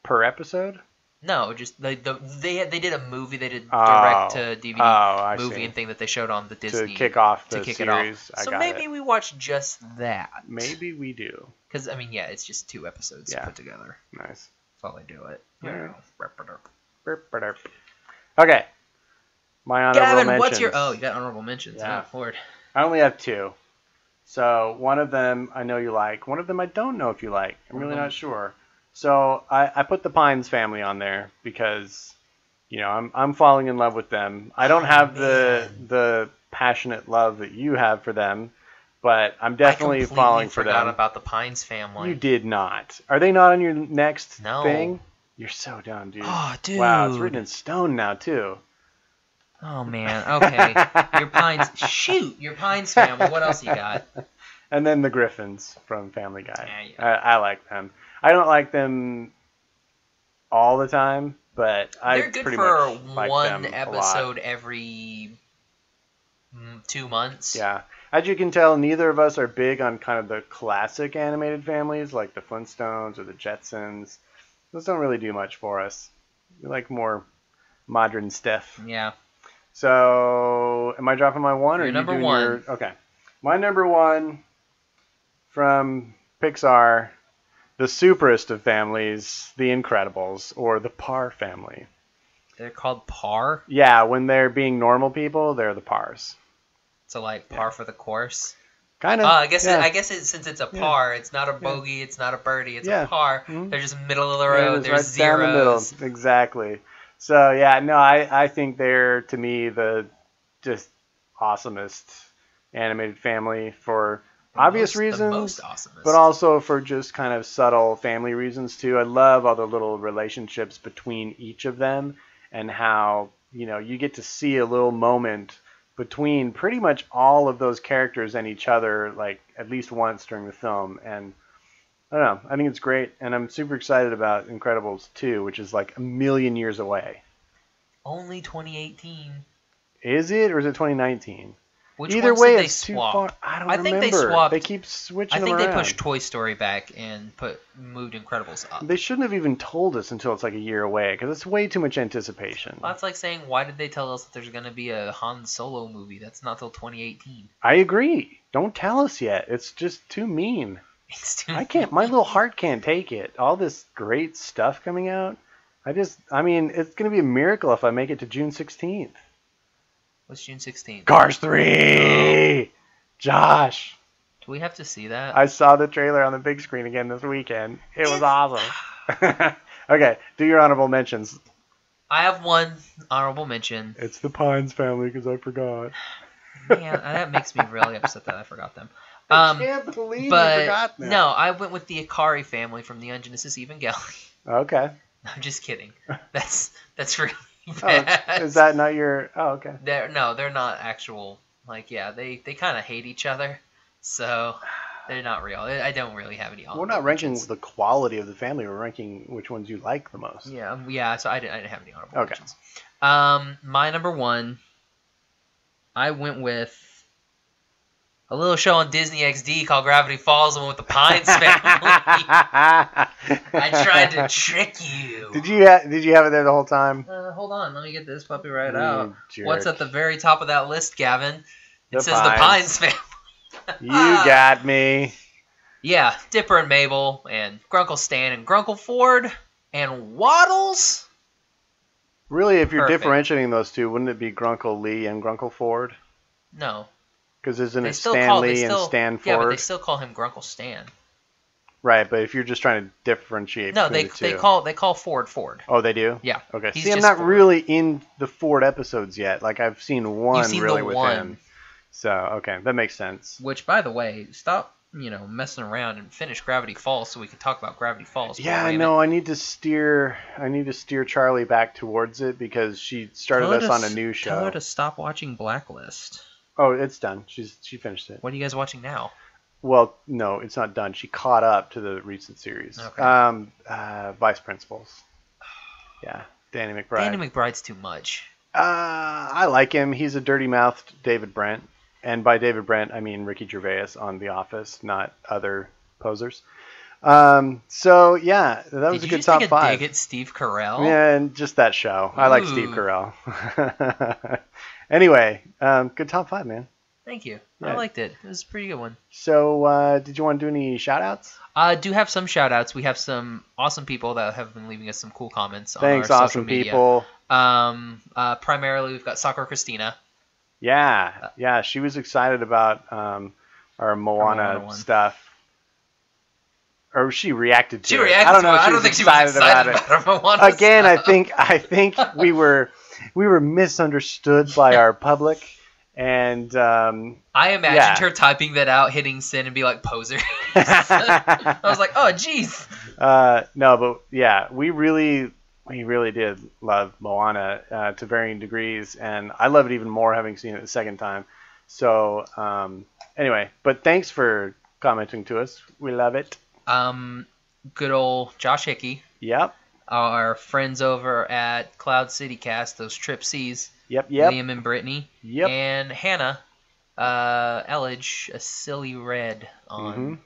S1: per episode.
S2: No, just they the, they they did a movie. They did
S1: Oh.
S2: direct to
S1: Oh,
S2: DVD
S1: I
S2: movie
S1: see.
S2: and thing that they showed on the
S1: To
S2: Disney
S1: kick off
S2: to
S1: the
S2: kick
S1: series,
S2: it
S1: I
S2: off. So
S1: got
S2: maybe
S1: it.
S2: we watch just that.
S1: Maybe we do.
S2: because I mean, yeah, it's just two episodes
S1: Yeah.
S2: put together.
S1: Nice.
S2: That's all they do it.
S1: Alright.
S2: Yeah.
S1: Burp, burp. Okay. My honorable
S2: Gavin,
S1: mentions.
S2: what's your? Oh, you got honorable mentions.
S1: Yeah.
S2: Oh, Lord.
S1: I only have two. So one of them I know you like. One of them I don't know if you like. I'm really
S2: Mhm.
S1: not sure. So I, I put the Pines family on there because, you know, I'm I'm falling in love with them. I don't have the the passionate love that you have for them, but I'm definitely
S2: I completely
S1: falling for
S2: forgot
S1: them.
S2: about the Pines family.
S1: you did not. Are they not on your next
S2: No.
S1: thing? You're so dumb, dude.
S2: Oh, dude.
S1: Wow, it's written in stone now too.
S2: Oh man. Okay. your Pines. Shoot, your Pines family. What else you got?
S1: And then the Griffins from Family Guy.
S2: Yeah, yeah.
S1: I, I like them. I don't like them all the time, but I
S2: They're good
S1: pretty
S2: for
S1: much like
S2: one
S1: them a lot.
S2: episode every mm, two months.
S1: Yeah. As you can tell, neither of us are big on kind of the classic animated families like the Flintstones or the Jetsons. Those don't really do much for us. We like more modern stuff.
S2: Yeah.
S1: So, am I dropping my one or
S2: Your
S1: you
S2: number
S1: doing
S2: one.
S1: your- okay, my number one from Pixar, the superest of families, The Incredibles, or the Parr family.
S2: They're called par.
S1: Yeah, when they're being normal people, they're the Pars.
S2: So like par for the course.
S1: Kind of.
S2: Uh, I guess
S1: yeah.
S2: it, I guess it, since it's a par, it's not a bogey, it's not a birdie, it's
S1: Yeah.
S2: a par.
S1: Mhm.
S2: They're just middle of the
S1: Yeah,
S2: road.
S1: it's
S2: There's
S1: right down the middle.
S2: zeros.
S1: Exactly. So yeah, no, I, I think they're to me the just awesomest animated family for obvious
S2: Most- The
S1: reasons,
S2: most awesomest.
S1: but also for just kind of subtle family reasons too. I love all the little relationships between each of them and how you know you get to see a little moment between pretty much all of those characters and each other like at least once during the film and I don't know. I think it's great, and I'm super excited about Incredibles 2, which is like a million years away.
S2: only 2018.
S1: Is it, or is it 2019?
S2: Which
S1: Either
S2: ones
S1: way,
S2: did they
S1: it's
S2: swap?
S1: too far. I don't
S2: I
S1: remember.
S2: think they swapped-
S1: They keep switching
S2: I think
S1: them
S2: they pushed
S1: around.
S2: Toy Story back and put moved Incredibles up.
S1: They shouldn't have even told us until it's like a year away, because it's way too much anticipation.
S2: Well, That's like saying, why did they tell us that there's going to be a Han Solo movie? That's not till 2018.
S1: I agree. Don't tell us yet. It's just too mean.
S2: It's too
S1: I can't. My little heart can't take it. All this great stuff coming out. I just. I mean, it's gonna be a miracle if I make it to June 16th.
S2: What's June 16th?
S1: Cars 3. Josh.
S2: Do we have to see that?
S1: I saw the trailer on the big screen again this weekend. It was awesome. okay, do your honorable mentions.
S2: I have one honorable mention.
S1: It's the Pines family because I forgot.
S2: Man, that makes me really upset that I forgot them. Um,
S1: Can't believe
S2: but
S1: you forgot them.
S2: no, I went with the Akari family from the Ungenesis Evangelion.
S1: Okay.
S2: I'm just kidding. That's that's really
S1: Oh,
S2: bad.
S1: is that not your? Oh, okay.
S2: They're, no, they're not actual. Like, yeah, they they kind of hate each other, so they're not real. I I don't really have any.
S1: We're
S2: honorable
S1: not ranking
S2: mentions.
S1: the quality of the family. We're ranking which ones you like the most.
S2: Yeah, um, yeah. So I didn't, I didn't have any honorable
S1: Okay.
S2: mentions. Um, my number one, I went with a little show on Disney XD called Gravity Falls, the one with the Pines family. I tried to trick you.
S1: Did you ha- did you have it there the whole time?
S2: Uh, hold on, let me get this puppy right
S1: You
S2: out.
S1: jerk.
S2: What's at the very top of that list, Gavin? It
S1: The
S2: says the
S1: Pines.
S2: Pines family.
S1: You
S2: Ah.
S1: got me.
S2: Yeah, Dipper and Mabel and Grunkle Stan and Grunkle Ford and Waddles.
S1: Really, if you're
S2: Perfect.
S1: differentiating those two, wouldn't it be Grunkle Lee and Grunkle Ford?
S2: No,
S1: Because isn't
S2: they
S1: it
S2: still call they
S1: Stanley and
S2: still
S1: Stan
S2: yeah, but
S1: Ford?
S2: they still call him Grunkle Stan.
S1: Right, but if you're just trying to differentiate
S2: No, they
S1: between the two.
S2: they call they call Ford Ford.
S1: Oh, they do.
S2: Yeah.
S1: Okay.
S2: he's
S1: See, I'm
S2: just
S1: not
S2: Ford.
S1: really in the Ford episodes yet. Like I've seen one
S2: seen the
S1: really with
S2: one.
S1: him. So okay, that makes sense.
S2: Which, by the way, stop you know messing around and finish Gravity Falls so we can talk about Gravity Falls. for a
S1: Yeah, I
S2: minute.
S1: know. I need to steer. I need to steer Charlie back towards it because she started
S2: Tell her
S1: us
S2: to
S1: on a
S2: s-
S1: new
S2: Tell her
S1: show.
S2: to stop watching Blacklist.
S1: Oh, it's done. She's she finished it.
S2: What are you guys watching now?
S1: Well, no, it's not done. She caught up to the recent series.
S2: Okay.
S1: Um, uh, Vice Principals. Yeah, Danny McBride.
S2: Danny McBride's too much.
S1: Uh, I like him. He's a dirty mouthed David Brent. And by David Brent, I mean Ricky Gervais on The Office, not other posers. Um, so, yeah, that was a
S2: Did you
S1: good
S2: just
S1: top
S2: take a
S1: five.
S2: dig at Steve Carell?
S1: Yeah, and just that show. I like
S2: Ooh.
S1: Steve Carell. anyway, um, good top five, man.
S2: Thank you. I
S1: Right.
S2: liked it. It was a pretty good one.
S1: So, uh, did you want to do any shout outs?
S2: I do have some shout outs. We have some awesome people that have been leaving us some cool comments on
S1: Thanks,
S2: our
S1: awesome
S2: social media.
S1: people.
S2: Um, uh, primarily, we've got Soccer Christina.
S1: Yeah, yeah, she was excited about um, our Moana,
S2: Moana one.
S1: stuff. Or she reacted to
S2: She
S1: it.
S2: reacted
S1: I don't know
S2: to it.
S1: if
S2: I don't
S1: was
S2: think she was excited about it. Moana
S1: Again, I
S2: stuff.
S1: think I think we were we were misunderstood by our public and um,
S2: I imagined
S1: Yeah.
S2: her typing that out, hitting send, and be like poser. I
S1: uh,
S2: was like, oh jeez.
S1: no, but yeah, we really, we really did love Moana uh, to varying degrees, and I love it even more having seen it the second time. So um, anyway, but thanks for commenting to us. We love it.
S2: Um, good old Josh Hickey,
S1: Yep,
S2: our friends over at Cloud City Cast, those trip C's,
S1: yep, yep,
S2: Liam and Brittany,
S1: yep.
S2: and Hannah, uh, Elledge, a silly red on
S1: Mhm.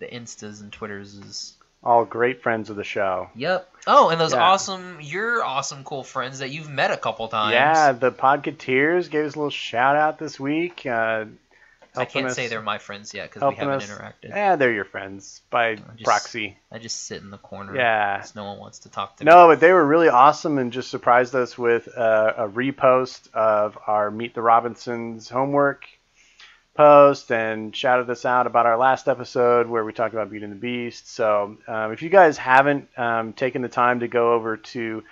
S2: the Instas and Twitters.
S1: All great friends of the show.
S2: Yep. Oh, and those
S1: Yeah.
S2: awesome, your awesome, cool friends that you've met a couple times.
S1: Yeah, the Podcateers gave us a little shout out this week. Uh,
S2: I
S1: helping
S2: can't
S1: us-
S2: say they're my friends yet because we
S1: helping
S2: haven't
S1: us- eh.
S2: interacted.
S1: Yeah, they're your friends by
S2: just-
S1: proxy.
S2: I just sit in the corner.
S1: Yeah.
S2: 'cause no one wants to talk to me.
S1: No, but they were really awesome and just surprised us with uh, a repost of our Meet the Robinsons homework post and shouted us out about our last episode where we talked about Beauty and the Beast. So um, if you guys haven't um, taken the time to go over to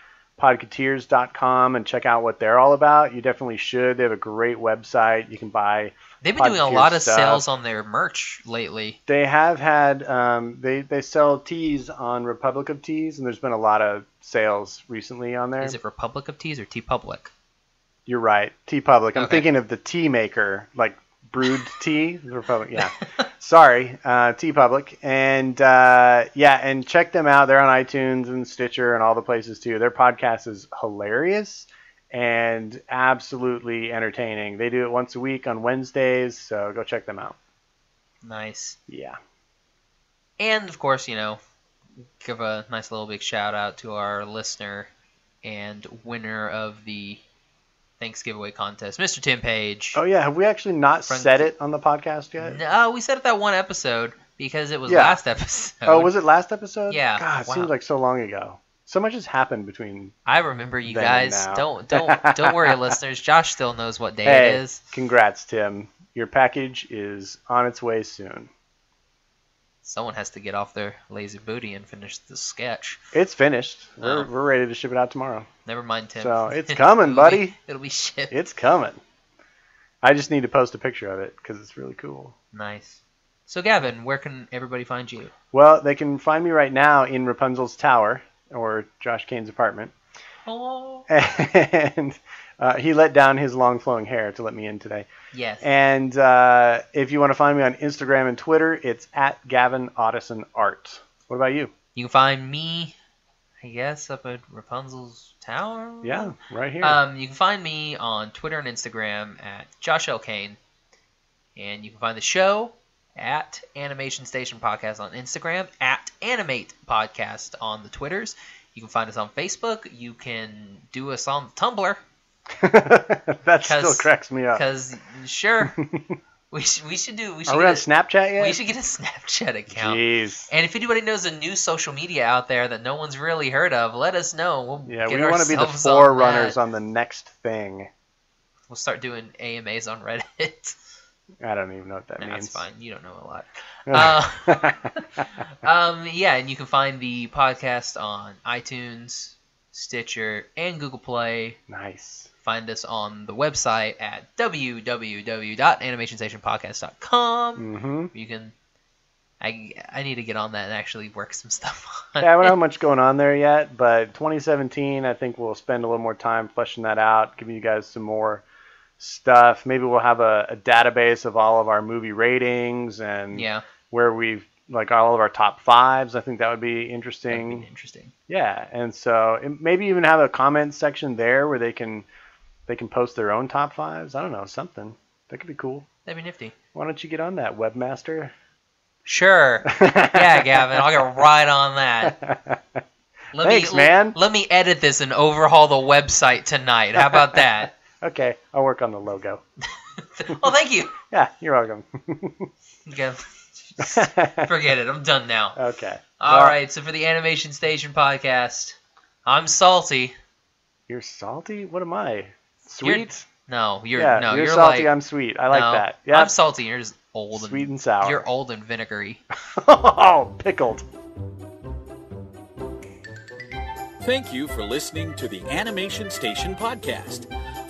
S1: podcateers.com and check out what they're all about, you definitely should. They have a great website. You can buy
S2: They've been doing a
S1: podcast
S2: lot of
S1: stuff.
S2: sales on their merch lately.
S1: They have had um, they they sell teas on Republic of Teas, and there's been a lot of sales recently on there.
S2: Is it Republic of Teas or Tea Public?
S1: You're right, Tea Public. I'm
S2: Okay.
S1: thinking of the tea maker, like brewed tea. The Republic, yeah. Sorry, uh, Tea Public, and uh, yeah, and check them out. They're on iTunes and Stitcher and all the places too. Their podcast is hilarious and absolutely entertaining. They do it once a week on Wednesdays, so go check them out.
S2: Nice.
S1: Yeah.
S2: And of course, you know, give a nice little big shout out to our listener and winner of the Thanks giveaway contest, Mr. Tim Page.
S1: Oh yeah, have we actually not
S2: Friends-
S1: said it on the podcast yet?
S2: No, we said it that one episode because it was
S1: Yeah.
S2: last episode.
S1: Oh, was it last episode?
S2: Yeah,
S1: God, it
S2: wow.
S1: seems like so long ago. So much has happened between.
S2: I remember you
S1: Then
S2: guys.
S1: now.
S2: Don't don't don't worry, listeners. Josh still knows what day
S1: hey,
S2: it is.
S1: congrats, Tim. Your package is on its way soon.
S2: Someone has to get off their lazy booty and finish the sketch.
S1: It's finished.
S2: Oh.
S1: We're, we're ready to ship it out tomorrow.
S2: Never mind, Tim.
S1: So, it's coming,
S2: It'll
S1: buddy.
S2: Be, it'll be shit.
S1: It's coming. I just need to post a picture of it because it's really cool.
S2: Nice. So, Gavin, where can everybody find you?
S1: Well, they can find me right now in Rapunzel's Tower or Josh Kane's apartment.
S2: Hello.
S1: And uh, he let down his long flowing hair to let me in today.
S2: Yes.
S1: And uh, if you want to find me on Instagram and Twitter, it's at Gavin Audison Art. What about you?
S2: you can find me, I guess, up at Rapunzel's Tower.
S1: Yeah, right here.
S2: Um, you can find me on Twitter and Instagram at Josh L. Kane. And you can find the show at Animation Station Podcast on Instagram, at Animate Podcast on the Twitters. You can find us on Facebook. You can do us on Tumblr.
S1: that still
S2: because-
S1: cracks me up.
S2: Because sure, we should we should do we should
S1: Are we
S2: get
S1: on
S2: a-
S1: Snapchat yet?
S2: we should get a Snapchat account.
S1: Jeez.
S2: And if anybody knows a new social media out there that no one's really heard of, let us know. We'll
S1: Yeah,
S2: get
S1: we want to be the
S2: ourselves on
S1: forerunners
S2: that.
S1: on, the next thing.
S2: We'll start doing AMAs on Reddit.
S1: I don't even know what that
S2: no, that's
S1: means.
S2: fine. You don't know a lot. Uh, um, yeah, and you can find the podcast on iTunes, Stitcher, and Google Play.
S1: nice.
S2: Find us on the website at www.animationstationpodcast.com.
S1: Mm-hmm.
S2: You can. I, I need to get on that and actually work some stuff on.
S1: Yeah, I don't know how
S2: it.
S1: much going on there yet, but 2017, I think we'll spend a little more time fleshing that out, giving you guys some more stuff. Maybe we'll have a, a database of all of our movie ratings and
S2: yeah,
S1: where we've like all of our top fives. I think that would be
S2: that'd
S1: interesting.
S2: be interesting.
S1: Yeah, and so and maybe even have a comment section there where they can they can post their own top fives. I don't know, something that could be cool.
S2: That'd be nifty.
S1: Why don't you get on that, webmaster?
S2: Sure. Yeah, Gavin, I'll get right on that. Let
S1: Thanks,
S2: me,
S1: man.
S2: Let me edit this and overhaul the website tonight. How about that?
S1: Okay, I'll work on the logo.
S2: oh, thank you.
S1: Yeah, you're welcome.
S2: Okay,
S1: okay.
S2: Forget it. I'm done now.
S1: All
S2: All right. So for the Animation Station podcast, I'm salty.
S1: You're salty. What am I? Sweet.
S2: No, you're
S1: yeah,
S2: no,
S1: you're,
S2: you're,
S1: salty.
S2: like
S1: I'm sweet. I like
S2: no,
S1: that. Yeah,
S2: I'm salty. You're just old
S1: sweet
S2: and
S1: and sour.
S2: you're old and vinegary.
S1: oh, pickled.
S4: Thank you for listening to the Animation Station podcast.